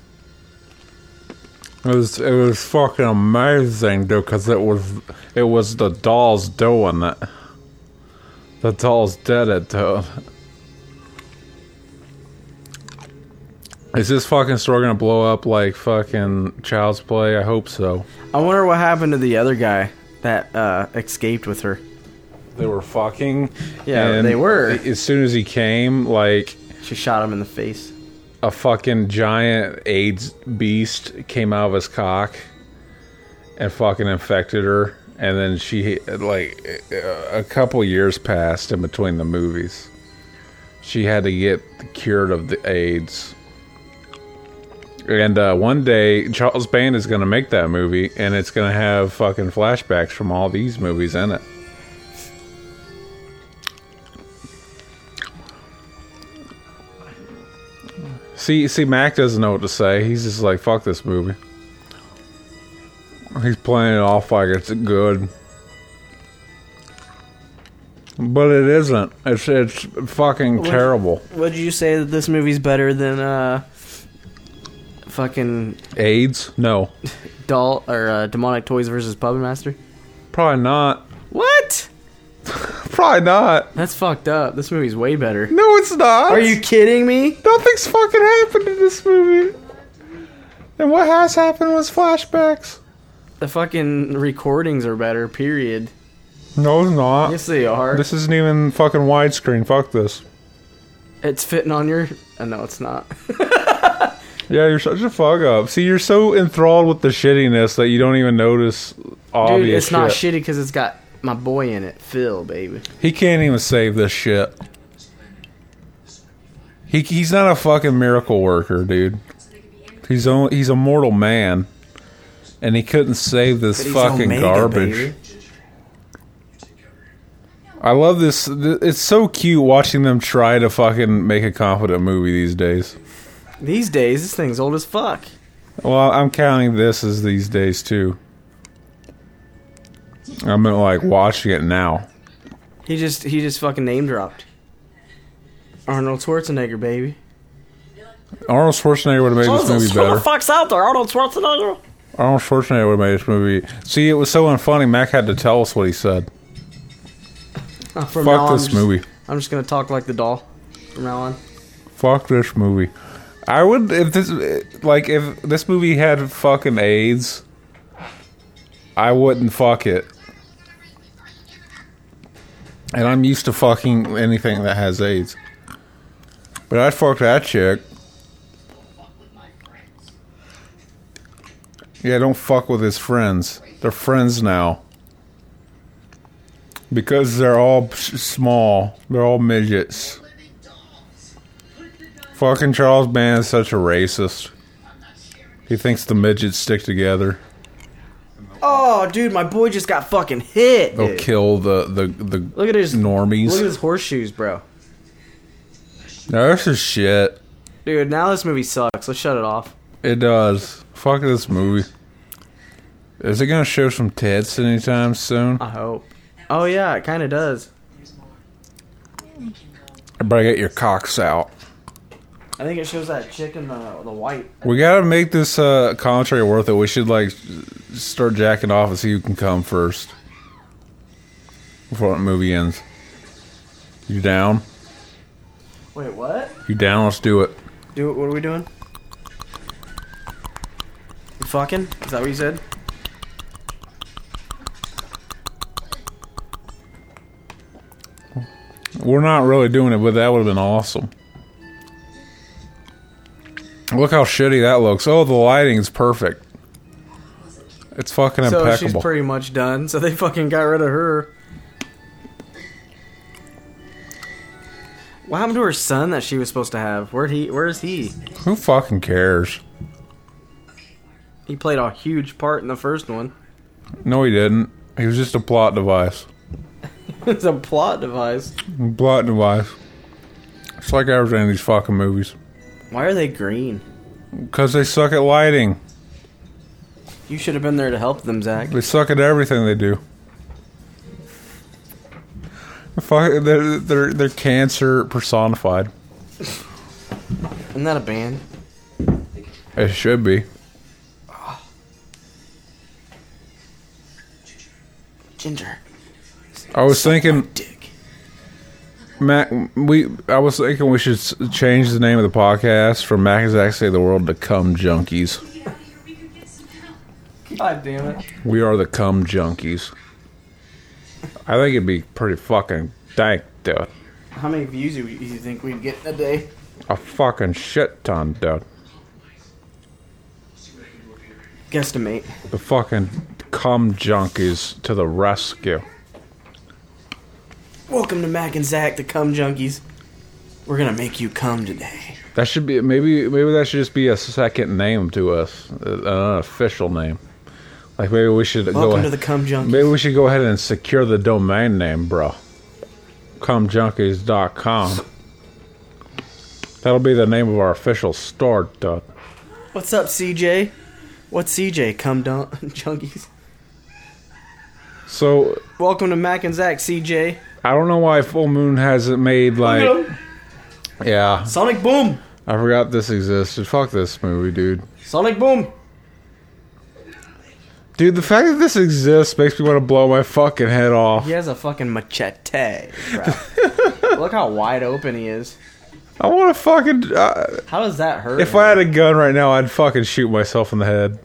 It was it was fucking amazing, dude, because it was it was the dolls doing it. The dolls did it, dude. Is this fucking store gonna blow up like fucking Child's Play? I hope so. I wonder what happened to the other guy that uh, escaped with her. They were fucking. Yeah, and they were. As soon as he came, like She shot him in the face. a fucking giant AIDS beast came out of his cock and fucking infected her. And then she, like, a couple years passed in between the movies. She had to get cured of the AIDS. And uh, one day, Charles Band is going to make that movie, and it's going to have fucking flashbacks from all these movies in it. See, see, Mac doesn't know what to say. He's just like, "Fuck this movie." He's playing it off like it's good, but it isn't. It's it's fucking terrible. Would you say that this movie's better than uh, fucking AIDS? No, doll or uh, demonic toys versus Puppet Master? probably not. What? Probably not. That's fucked up. This movie's way better. No, it's not. Are you kidding me? Nothing's fucking happened in this movie. And what has happened was flashbacks. The fucking recordings are better. Period. No, it's not. Yes, they are. This isn't even fucking widescreen. Fuck this. It's fitting on your. Uh, no, it's not. Yeah, you're such a fuck up. See, you're so enthralled with the shittiness that you don't even notice obvious Dude, it's not shit. shitty because it's got my boy in it, Phil, baby. He can't even save this shit. He, he's not a fucking miracle worker, dude. He's only, he's a mortal man, and he couldn't save this fucking garbage. I love this. th- It's so cute watching them try to fucking make a confident movie these days. These days, this thing's old as fuck. Well, I'm counting this as these days too. I meant like watching it now. He just he just fucking name dropped. Arnold Schwarzenegger, baby. Arnold Schwarzenegger would have made this movie better. fuck's out there, Arnold Schwarzenegger? Arnold Schwarzenegger would have made this movie. See, it was so unfunny. Mac had to tell us what he said. Uh, From now Fuck on, this I'm just- movie. I'm just gonna talk like the doll from now on. Fuck this movie. I would if this like if this movie had fucking AIDS. I wouldn't fuck it. And I'm used to fucking anything that has AIDS. But I'd fuck that chick. Yeah, don't fuck with his friends. They're friends now. Because they're all s- small. They're all midgets. Fucking Charles Band is such a racist. He thinks the midgets stick together. Oh, dude, my boy just got fucking hit. They'll Dude. kill the the the Look at his normies. Look at his horseshoes, bro. No, this is shit. Dude, now this movie sucks. Let's shut it off. It does. Fuck this movie. Is it gonna show some tits anytime soon? I hope. Oh yeah, it kind of does. Everybody get your cocks out. I think it shows that chick in the the white. We gotta make this uh, commentary worth it. We should like s- start jacking off and see who can come first before the movie ends. You down? Wait, what? You down? Let's do it. Do what are we doing? You fucking? Is that what you said? We're not really doing it, but that would have been awesome. Look how shitty that looks. Oh, the lighting's perfect. It's fucking So she's impeccable. pretty much done. So they fucking got rid of her. What happened to her son that she was supposed to have? Where he? Where is he? Who fucking cares? He played a huge part in the first one. No, he didn't. He was just a plot device. it's a plot device. Plot device. It's like everything in these fucking movies. Why are they green? Because they suck at lighting. You should have been there to help them, Zach. They suck at everything they do. Fuck, they're, they're, they're cancer personified. Isn't that a band? It should be. Ginger. I was thinking, Dick. Mac, we I was thinking we should s- change the name of the podcast from Mac is actually the world to Cum Junkies. Get out of here. We could get some help. God damn it. We are the Cum Junkies. I think it'd be pretty fucking dank, dude. How many views do you do you think we'd get in a day? A fucking shit ton, dude. Guesstimate. The fucking Cum Junkies to the rescue. Welcome to Mac and Zach, the cum junkies. We're gonna make you cum today. That should be maybe maybe that should just be a second name to us, uh, an unofficial name. Like maybe we should go Welcome to ahead, the cum junkies. maybe we should go ahead and secure the domain name, bro. Cumjunkies.com. That'll be the name of our official store. Duh. What's up, CJ? What's CJ? Cum dun- junkies. So Welcome to Mac and Zach, CJ. I don't know why Full Moon hasn't made like yeah. Sonic Boom! I forgot this existed. Fuck this movie, dude. Sonic Boom! Dude, the fact that this exists makes me want to blow my fucking head off. He has a fucking machete, bro. Look how wide open he is. I want to fucking. Uh, How does that hurt? If I had a gun right now, I'd fucking shoot myself in the head.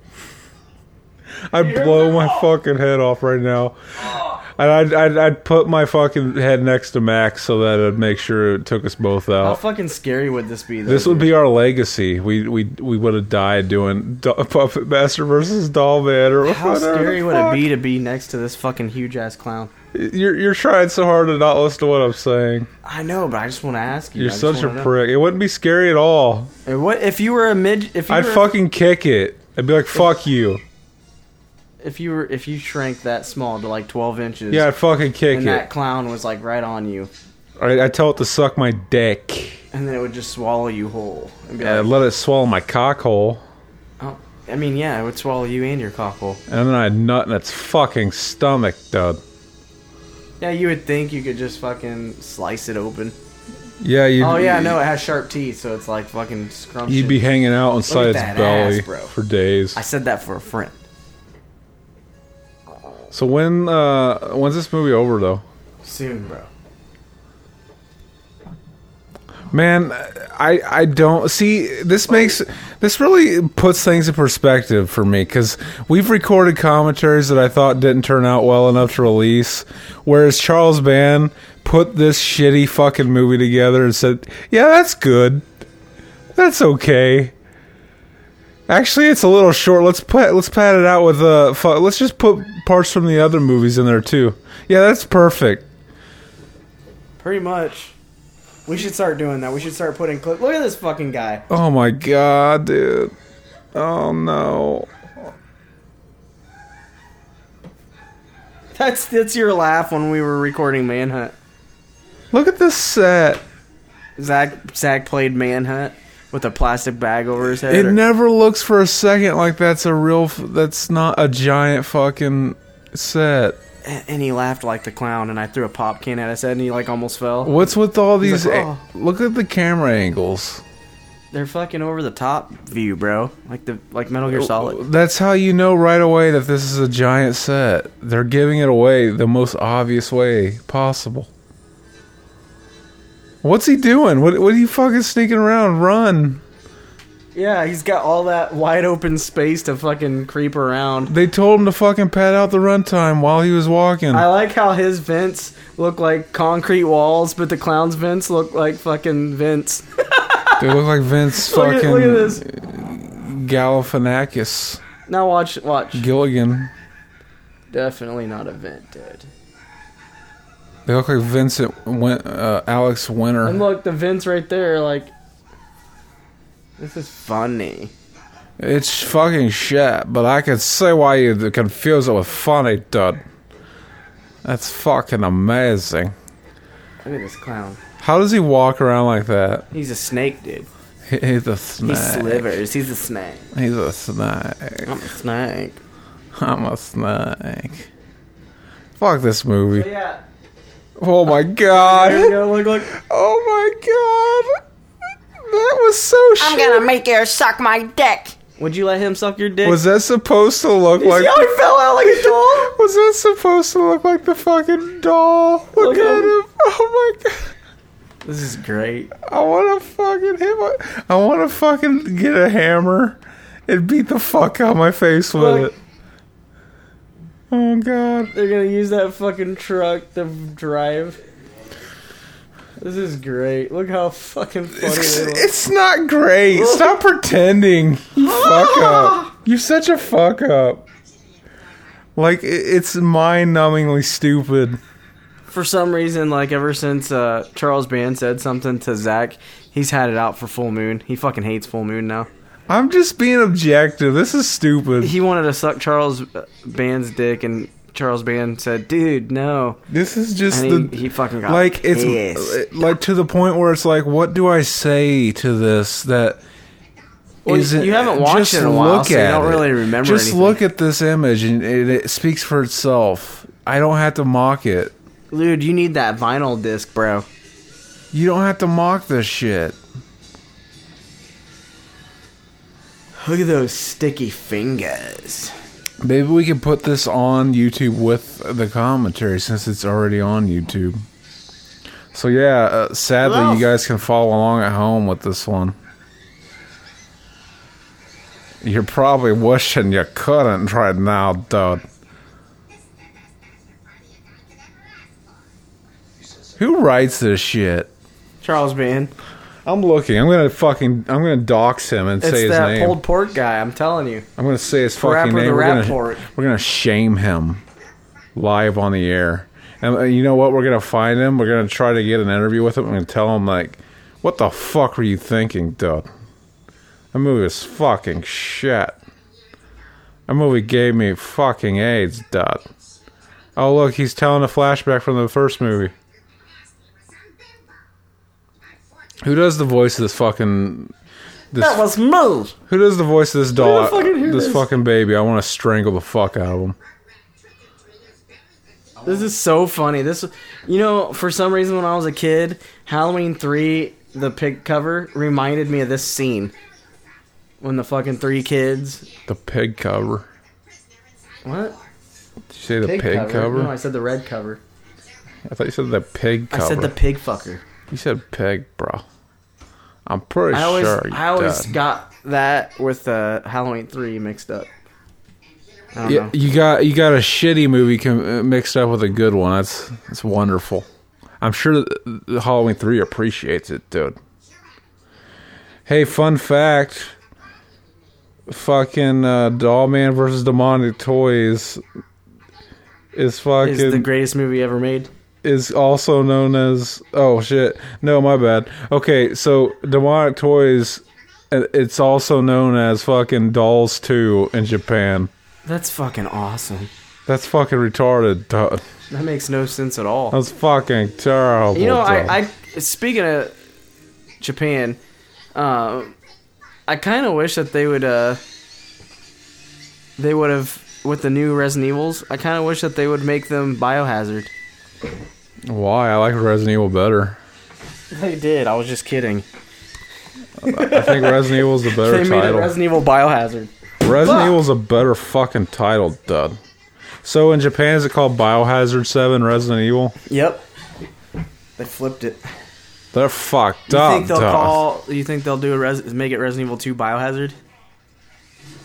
I'd blow my fucking head off right now. And I'd, I'd, I'd put my fucking head next to Max so that it'd make sure it took us both How out. fucking scary would this be? Though, This would dude? be our legacy. We we we would have died doing Do- Puppet Master versus Doll Man or How whatever the scary would it fuck. be to be next to this fucking huge ass clown? You're you're trying so hard to not listen to what I'm saying. I know, but I just want to ask you. You're I just such a wanna know. prick. It wouldn't be scary at all. Hey, What if you were a mid? If you I'd were, fucking kick it. I'd be like, "Fuck you." If you were, if you shrank that small to like twelve inches, Yeah, I'd fucking kick and it. that clown was like right on you, I, I tell it to suck my dick. and then it would just swallow you whole. And be And I like, let it swallow my cock hole. oh. I mean, yeah, it would swallow you and your cockle. And then I'd nut in its fucking stomach, dude. Yeah, you would think you could just fucking slice it open. Yeah, you Oh yeah, no, it has sharp teeth, so it's like fucking scrumptious. You'd be hanging out inside Look its at that belly ass, bro. for days. I said that for a friend. So when uh when's this movie over though? Soon, bro. Man, I I don't see this makes this really puts things in perspective for me because we've recorded commentaries that I thought didn't turn out well enough to release, whereas Charles Band put this shitty fucking movie together and said, "Yeah, that's good, that's okay." Actually, it's a little short. Let's pat let's pad it out with uh fu- let's just put parts from the other movies in there too. Yeah, that's perfect. Pretty much. We should start doing that. We should start putting clips. Look at this fucking guy. Oh my god, dude. Oh no. That's that's your laugh when we were recording Manhunt. Look at this set. Zach Zach played Manhunt with a plastic bag over his head. It never looks for a second like that's a real. f- That's not a giant fucking set. A- and he laughed like the clown, and I threw a pop can at his head, and he like almost fell. What's with all He's these? like, oh. a- Look at the camera angles. They're fucking over the top view, bro. Like the like Metal Gear Solid. That's how you know right away that this is a giant set. They're giving it away the most obvious way possible. What's he doing? What what are you fucking sneaking around? Run. Yeah, he's got all that wide open space to fucking creep around. They told him to fucking pad out the runtime while he was walking. I like how his vents look like concrete walls, but the clown's vents look like fucking vents. They look like Vince Look at, fucking look at this. Galifianakis. Now watch, watch. Gilligan. Definitely not a vent, dude. They look like Vincent Win- uh, Alex And Winter. look, the vents right there, like. This is funny. It's fucking shit, but I can see why you confuse it with funny, dude. That's fucking amazing. Look at this clown. How does he walk around like that? He's a snake, dude. He- He's a He snake. slivers. He's a snake. He's a snake. I'm a snake. I'm a snake. Fuck this movie. Yeah. Oh my There you god. go. Look, look. Oh my god. That was so shit. I'm gonna make her suck my dick. Would you let him suck your dick? Was that supposed to look like? See how he fell out like a doll? Was that supposed to look like the fucking doll? Look, Look at at him. Oh my god! This is great. I want to fucking hit my. I want to fucking get a hammer and beat the fuck out of my face with Look. it. Oh god! They're gonna use that fucking truck to drive. This is great. Look how fucking funny It's, they look. it's not great. Stop pretending. You fuck Ah! up. You're such a fuck up. Like i- it's mind-numbingly stupid. for some reason, like ever since uh, Charles Band said something to Zach, he's had it out for Full Moon. He fucking hates Full Moon now. I'm just being objective. This is stupid. He wanted to suck Charles uh, Band's dick, and Charles Band said, "Dude, no." This is just And the he, he fucking got like it's uh, pissed. like to the point where it's like, what do I say to this that Well, you- not you haven't watched it in a while, so you don't really remember Just anything. look at this image, and it, it speaks for itself. I don't have to mock it. dude, you need that vinyl disc, bro. You don't have to mock this shit. Look at those sticky fingers. Maybe we can put this on YouTube with the commentary since it's already on YouTube. So yeah, uh, sadly, Hello. you guys can follow along at home with this one. You're probably wishing you couldn't right now, dude. Who writes this shit? Charles Band. I'm looking. I'm gonna fucking. I'm gonna dox him and It's say his that name. pulled pork guy. I'm telling you. I'm gonna say his fucking Rapper name. the we're, Rap gonna, Lord. we're gonna shame him live on the air. And uh, you know what? We're gonna find him. We're gonna try to get an interview with him. We're gonna tell him like, "What the fuck were you thinking, dude? That movie is fucking shit. That movie gave me fucking AIDS, dude. Oh look, he's telling a flashback from the first movie. Who does the voice of this fucking? This That was move. who does the voice of this doll? I fucking hear this, this? fucking baby. I want to strangle the fuck out of him. This is so funny. This, you know, for some reason when I was a kid, Halloween three, the pig cover reminded me of this scene when the fucking three kids. The pig cover. What Did you say the pig, cover? No, I said the red cover. I thought you said the pig cover. I said the pig fucker. you said pig, bro. I'm pretty I always, sure. you I always did. got that with uh, Halloween three mixed up. I don't Yeah, know. you got you got a shitty movie com- uh, mixed up with a good one. That's that's wonderful. I'm sure that the Halloween three appreciates it, dude. Hey, fun fact: fucking uh, Doll Man versus Demonic Toys is fucking Is the greatest movie ever made. is also known as oh shit no my bad okay so demonic toys uh, it's also known as fucking dolls 2 in japan That's fucking awesome. That's fucking retarded. Todd. That makes no sense at all. That's fucking terrible. You know, Todd. I, I speaking of Japan, uh, I kind of wish that they would uh, they would have with the new Resident Evils. I kind of wish that they would make them Biohazard. Why? I like Resident Evil better. They did. I was just kidding. I think Resident Evil's the better they made it title. Resident Evil Biohazard. Resident Fuck. Evil's a better fucking title, Dud. So in Japan, is it called Biohazard Seven Resident Evil? Yep. They flipped it. They're fucked You up. think they'll Todd. call? You think they'll do a res, make it Resident Evil Two Biohazard?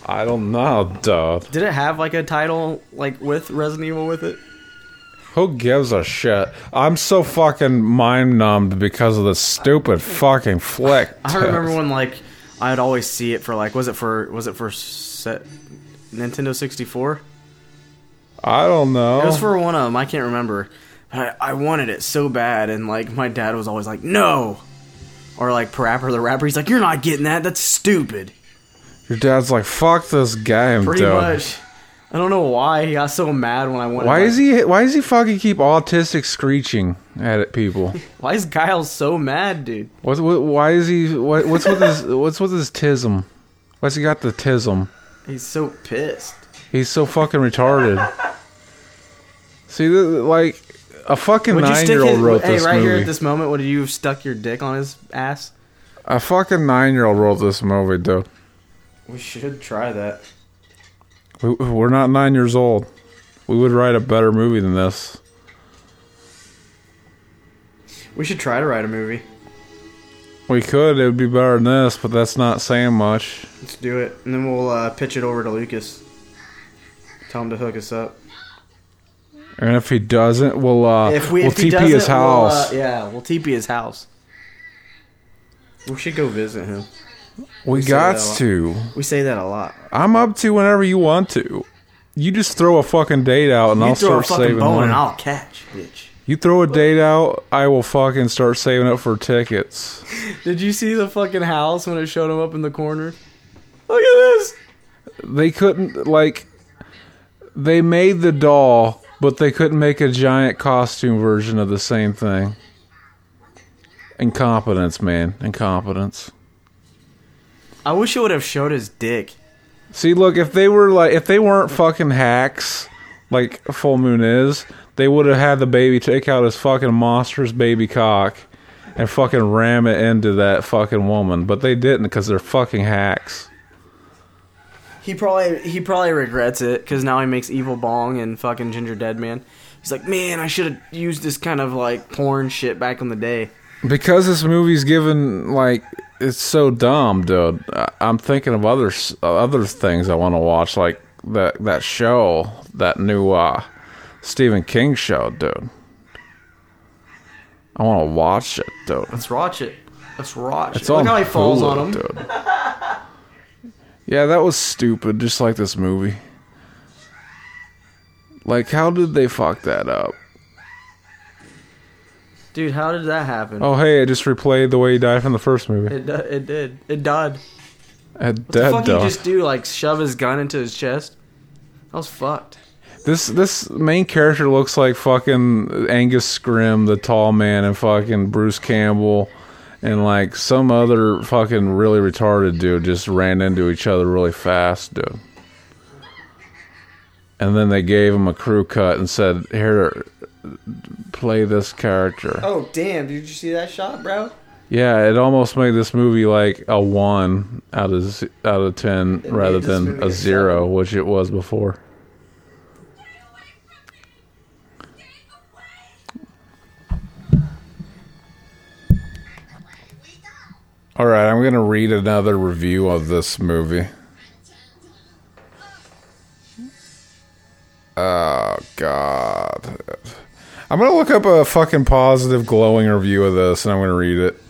I don't know, Dud. Did it have like a title like with Resident Evil with it? Who gives a shit? I'm so fucking mind numbed because of this stupid fucking flick. I remember when like I'd always see it for like was it for was it for set Nintendo 64? I don't know. It was for one of them. I can't remember. But I, I wanted it so bad, and like my dad was always like, "No," or like Parapper the Rapper. He's like, "You're not getting that. That's stupid." Your dad's like, fuck this game, Pretty dude. much. I don't know why he got so mad when I wanted. Why like- is he? Why does he fucking keep autistic screeching at it, people? Why is Guile so mad, dude? What's what, why is he? What, what's with his? What's with his tism? Why's he got the tism? He's so pissed. He's so fucking retarded. See, th- like a fucking Would you stick nine-year-old his, wrote hey, this right movie. here at this moment, would you have stuck your dick on his ass? a fucking nine-year-old wrote this movie, dude. We should try that. We, we're not nine years old. We would write a better movie than this. We should try to write a movie. We could. It would be better than this, but that's not saying much. Let's do it, and then we'll uh, pitch it over to Lucas. Tell him to hook us up. And if he doesn't, we'll uh, If we we'll if he TP his doesn't, we'll, uh, house. yeah, we'll TP his house. We should go visit him. We say that got a lot. to. We say that a lot. I'm up to whenever you want to. You just throw a fucking date out, and You I'll throw a start fucking saving bone money. and I'll catch, bitch. You throw a date out, I will fucking start saving up for tickets. Did you see the fucking house when it showed him up in the corner? Look at this. They couldn't like. They made the doll, but they couldn't make a giant costume version of the same thing. Incompetence, man. Incompetence. I wish it would have showed his dick. See, look, if they were like, if they weren't fucking hacks, like Full Moon is, they would have had the baby take out his fucking monstrous baby cock and fucking ram it into that fucking woman. But they didn't because they're fucking hacks. He probably he probably regrets it because now he makes Evil Bong and fucking Ginger Dead Man. He's like, man, I should have used this kind of like porn shit back in the day. Because this movie's given like it's so dumb, dude. I- I'm thinking of other s- other things I want to watch, like that that show, that new uh, Stephen King show, dude. I want to watch it, dude. Let's watch it. Let's watch It's it. Look on how he falls Hulu, on him. dude. yeah, that was stupid, just like this movie. Like, how did they fuck that up? Dude, how did that happen? Oh, hey, I just replayed the way he died from the first movie. It, do- it did. It died. At What the dead fuck dog. he just do? Like shove his gun into his chest? That was fucked. This this main character looks like fucking Angus Scrim, the tall man, and fucking Bruce Campbell, and like some other fucking really retarded dude just ran into each other really fast, dude. And then they gave him a crew cut and said, "Here, play this character." Oh damn! Did you see that shot, bro? Yeah, it almost made this movie like a one out of z- out of ten rather this than movie a a zero, which it was before. All right, I'm gonna read another review of this movie. Oh God. I'm gonna look up a fucking positive, glowing review of this, and I'm gonna read it.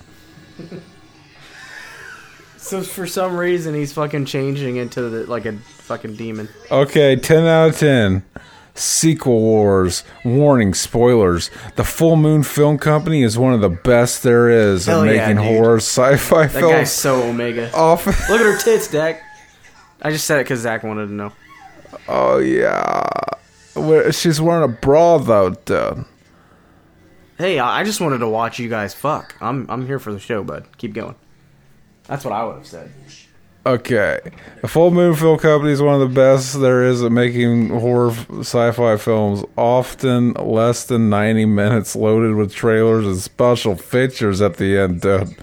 So for some reason he's fucking changing into the, like a fucking demon. Okay, 10 out of 10. Sequel Wars. Warning, spoilers. The Full Moon Film Company is one of the best there is Hell at yeah, making dude. horror sci fi That guy's films. so omega. Off. Look at her tits, Dak. I just said it because Zach wanted to know. Oh, yeah. Where- She's wearing a bra though, dude. Hey, I I just wanted to watch you guys fuck. I'm I'm here for the show, bud. Keep going. That's what I would have said. Okay, the Full Moon Film Company is one of the best there is at making horror f- sci-fi films, often less than ninety minutes, loaded with trailers and special features at the end. Dude,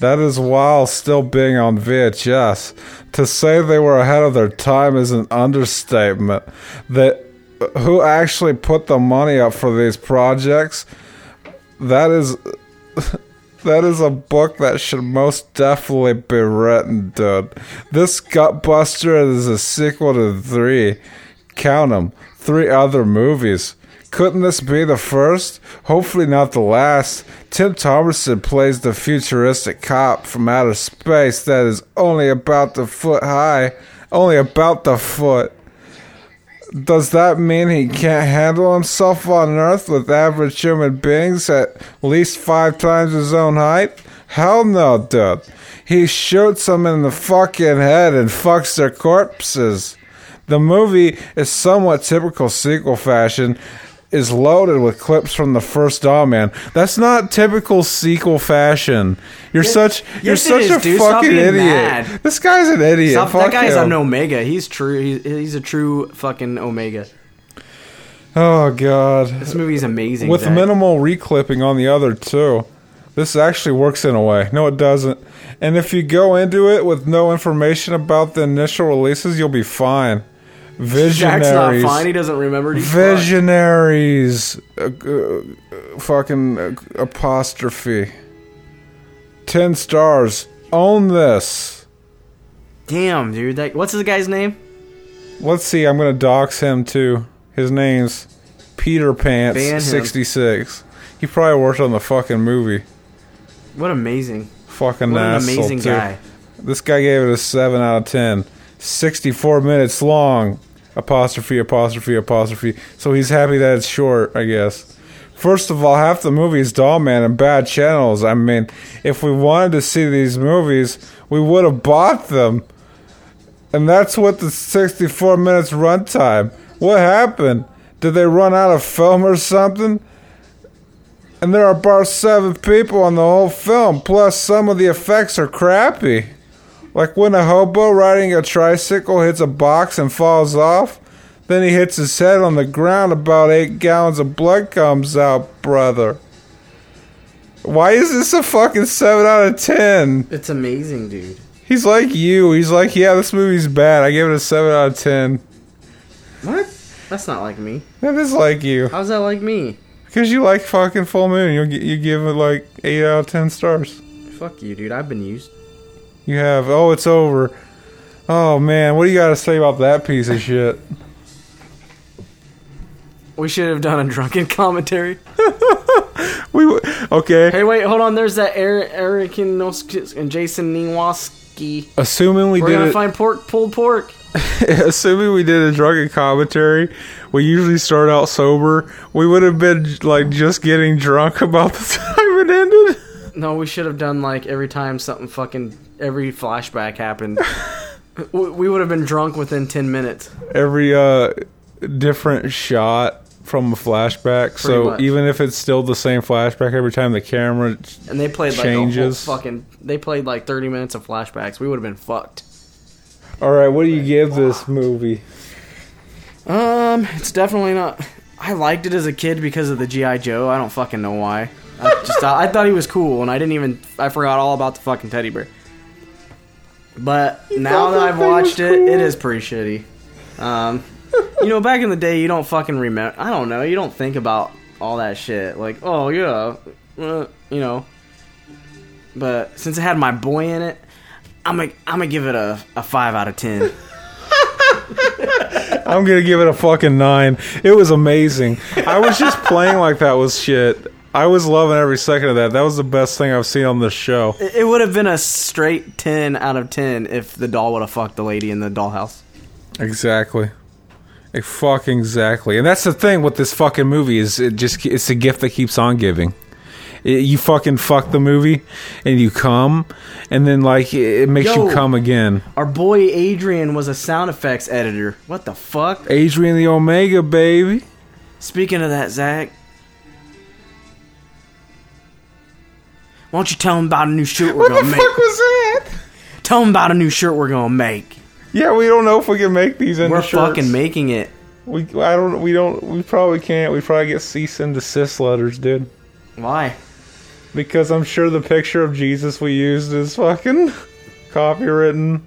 that is while still being on VHS. To say they were ahead of their time is an understatement. That who actually put the money up for these projects? That is that is a book that should most definitely be written, dude. This Gutbuster is a sequel to three, count 'em, three other movies. Couldn't this be the first? Hopefully not the last. Tim Thomerson plays the futuristic cop from outer space that is only about the foot high. Only about the foot. Does that mean he can't handle himself on Earth with average human beings at least five times his own height? Hell no, dude. He shoots them in the fucking head and fucks their corpses. The movie is somewhat typical sequel fashion. Is loaded with clips from the first Daw Man. That's not typical sequel fashion. You're such you're yes, it such is, a dude. Stop fucking being idiot. mad. This guy's an idiot. Stop, Fuck that guy's him. an omega. He's true. He's, he's a true fucking omega. Oh god. This movie's amazing. with Zach. minimal reclipping on the other two. This actually works in a way. No, it doesn't. And if you go into it with no information about the initial releases, you'll be fine. Jack's not Visionaries. fine. He doesn't remember. He's fucked. Visionaries. Uh, uh, uh, fucking uh, apostrophe. Ten stars. Own this. Damn, dude. That, what's this guy's name? Let's see. I'm gonna dox him too. His name's Peter Ban him. Pants sixty six. He probably worked on the fucking movie. What amazing. Fucking What an asshole, amazing too. guy. This guy gave it a 7 out of 10. 64 minutes long. Apostrophe, apostrophe, apostrophe. So he's happy that it's short, I guess. First of all, half the movie is Doll Man and bad channels. I mean, if we wanted to see these movies, we would have bought them. And that's what the 64 minutes runtime. What happened? Did they run out of film or something? And there are about seven people on the whole film, plus some of the effects are crappy. Like when a hobo riding a tricycle hits a box and falls off, then he hits his head on the ground, about eight gallons of blood comes out, brother. Why is this a fucking 7 out of 10? It's amazing, dude. He's like you. He's like, yeah, this movie's bad. I gave it a 7 out of 10. What? That's not like me. That is like you. How's that like me? Because you like fucking Full Moon. You'll, gi- you give it like 8 out of 10 stars. Fuck you, dude. I've been used. You have. Oh, it's over. Oh man, what do you got to say about that piece of shit? We should have done a drunken commentary. We w- okay. Hey, wait, hold on. There's that Eric, Eric and Nos- and Jason Niewoski. Assuming we We're did gonna it, find pork, pulled pork. assuming we did a drunken commentary, we usually start out sober. We would have been like just getting drunk about the time it ended. No, we should have done like every time something fucking every flashback happened. we we would have been drunk within ten minutes. Every uh different shot from a flashback. so much. even if it's still the same flashback every time the camera And they played like Changes. a whole fucking. They played like thirty minutes of flashbacks. We would have been fucked. All right, what do you give this movie? Um, it's definitely not. I liked it as a kid because of the GI Joe. I don't fucking know why. I just thought, I thought he was cool, and I didn't even. I forgot all about the fucking teddy bear. But now thought that that I've thing was watched it, cool. it is pretty shitty. Um, you know, back in the day, you don't fucking remember. I don't know. You don't think about all that shit. Like, oh yeah, uh, you know. But since it had my boy in it, I'm gonna I'm gonna give it a, a five out of ten. I'm gonna give it a fucking nine. It was amazing. I was just playing like that was shit. I was loving every second of that. That was the best thing I've seen on this show. It would have been a straight 10 out of 10 if the doll would have fucked the lady in the dollhouse. Exactly. A fucking exactly. And that's the thing with this fucking movie is it just it's a gift that keeps on giving. It- you fucking fuck the movie, and you come, and then like it, it makes Yo. you come again. Our boy Adrian was a sound effects editor. What the fuck? Adrian the Omega, baby. Speaking of that, Zach. Why don't you tell him about a new shirt we're What gonna the make? fuck was that? Tell him about a new shirt we're gonna make. Yeah, we don't know if we can make these. Into We're shirts. fucking making it. We I don't. We don't. We probably can't. We probably get cease and desist letters, dude. Why? Because I'm sure the picture of Jesus we used is fucking copywritten.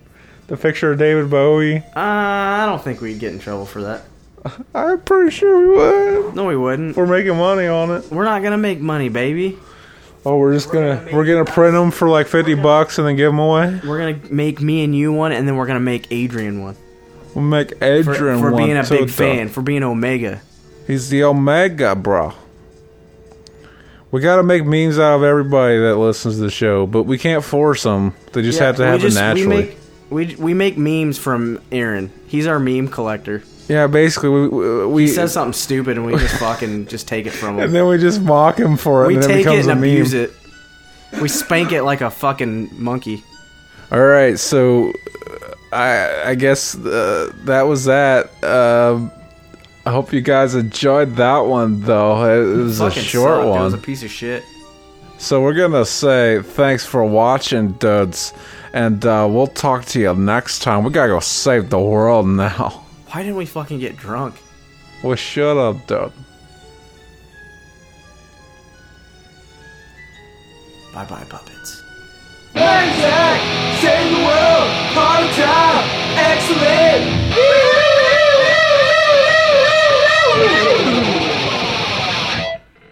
The picture of David Bowie. Uh, I don't think we'd get in trouble for that. I'm pretty sure we would. No, we wouldn't. We're making money on it. We're not gonna make money, baby. Oh, we're just gonna we're gonna print them for like fifty bucks and then give them away. We're gonna make me and you one, and then we're gonna make Adrian one. We'll make For, Adrian for one uh, being a too, big though. fan, for being Omega. He's the Omega, bro. We gotta make memes out of everybody that listens to the show, but we can't force them. They just have to we have just- it naturally. We make, we, we make memes from Aaron. He's our meme collector. yeah, basically, we we, we He says something stupid, and we just fucking just take it from and him. then we just mock him for it. We and then take it it becomes and a meme. abuse it. We spank it like a fucking monkey. All right, so uh, I I guess uh, that was that. Um I hope you guys enjoyed that one though. It was a Fucking short sucked. one. It was a piece of shit. So we're gonna say thanks for watching, dudes, and uh, we'll talk to you next time. We gotta go save the world now. Why didn't we fucking get drunk? Well, shut up, dude. Bye bye, puppets.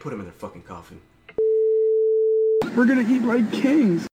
Put him in their fucking coffin. We're gonna eat like kings.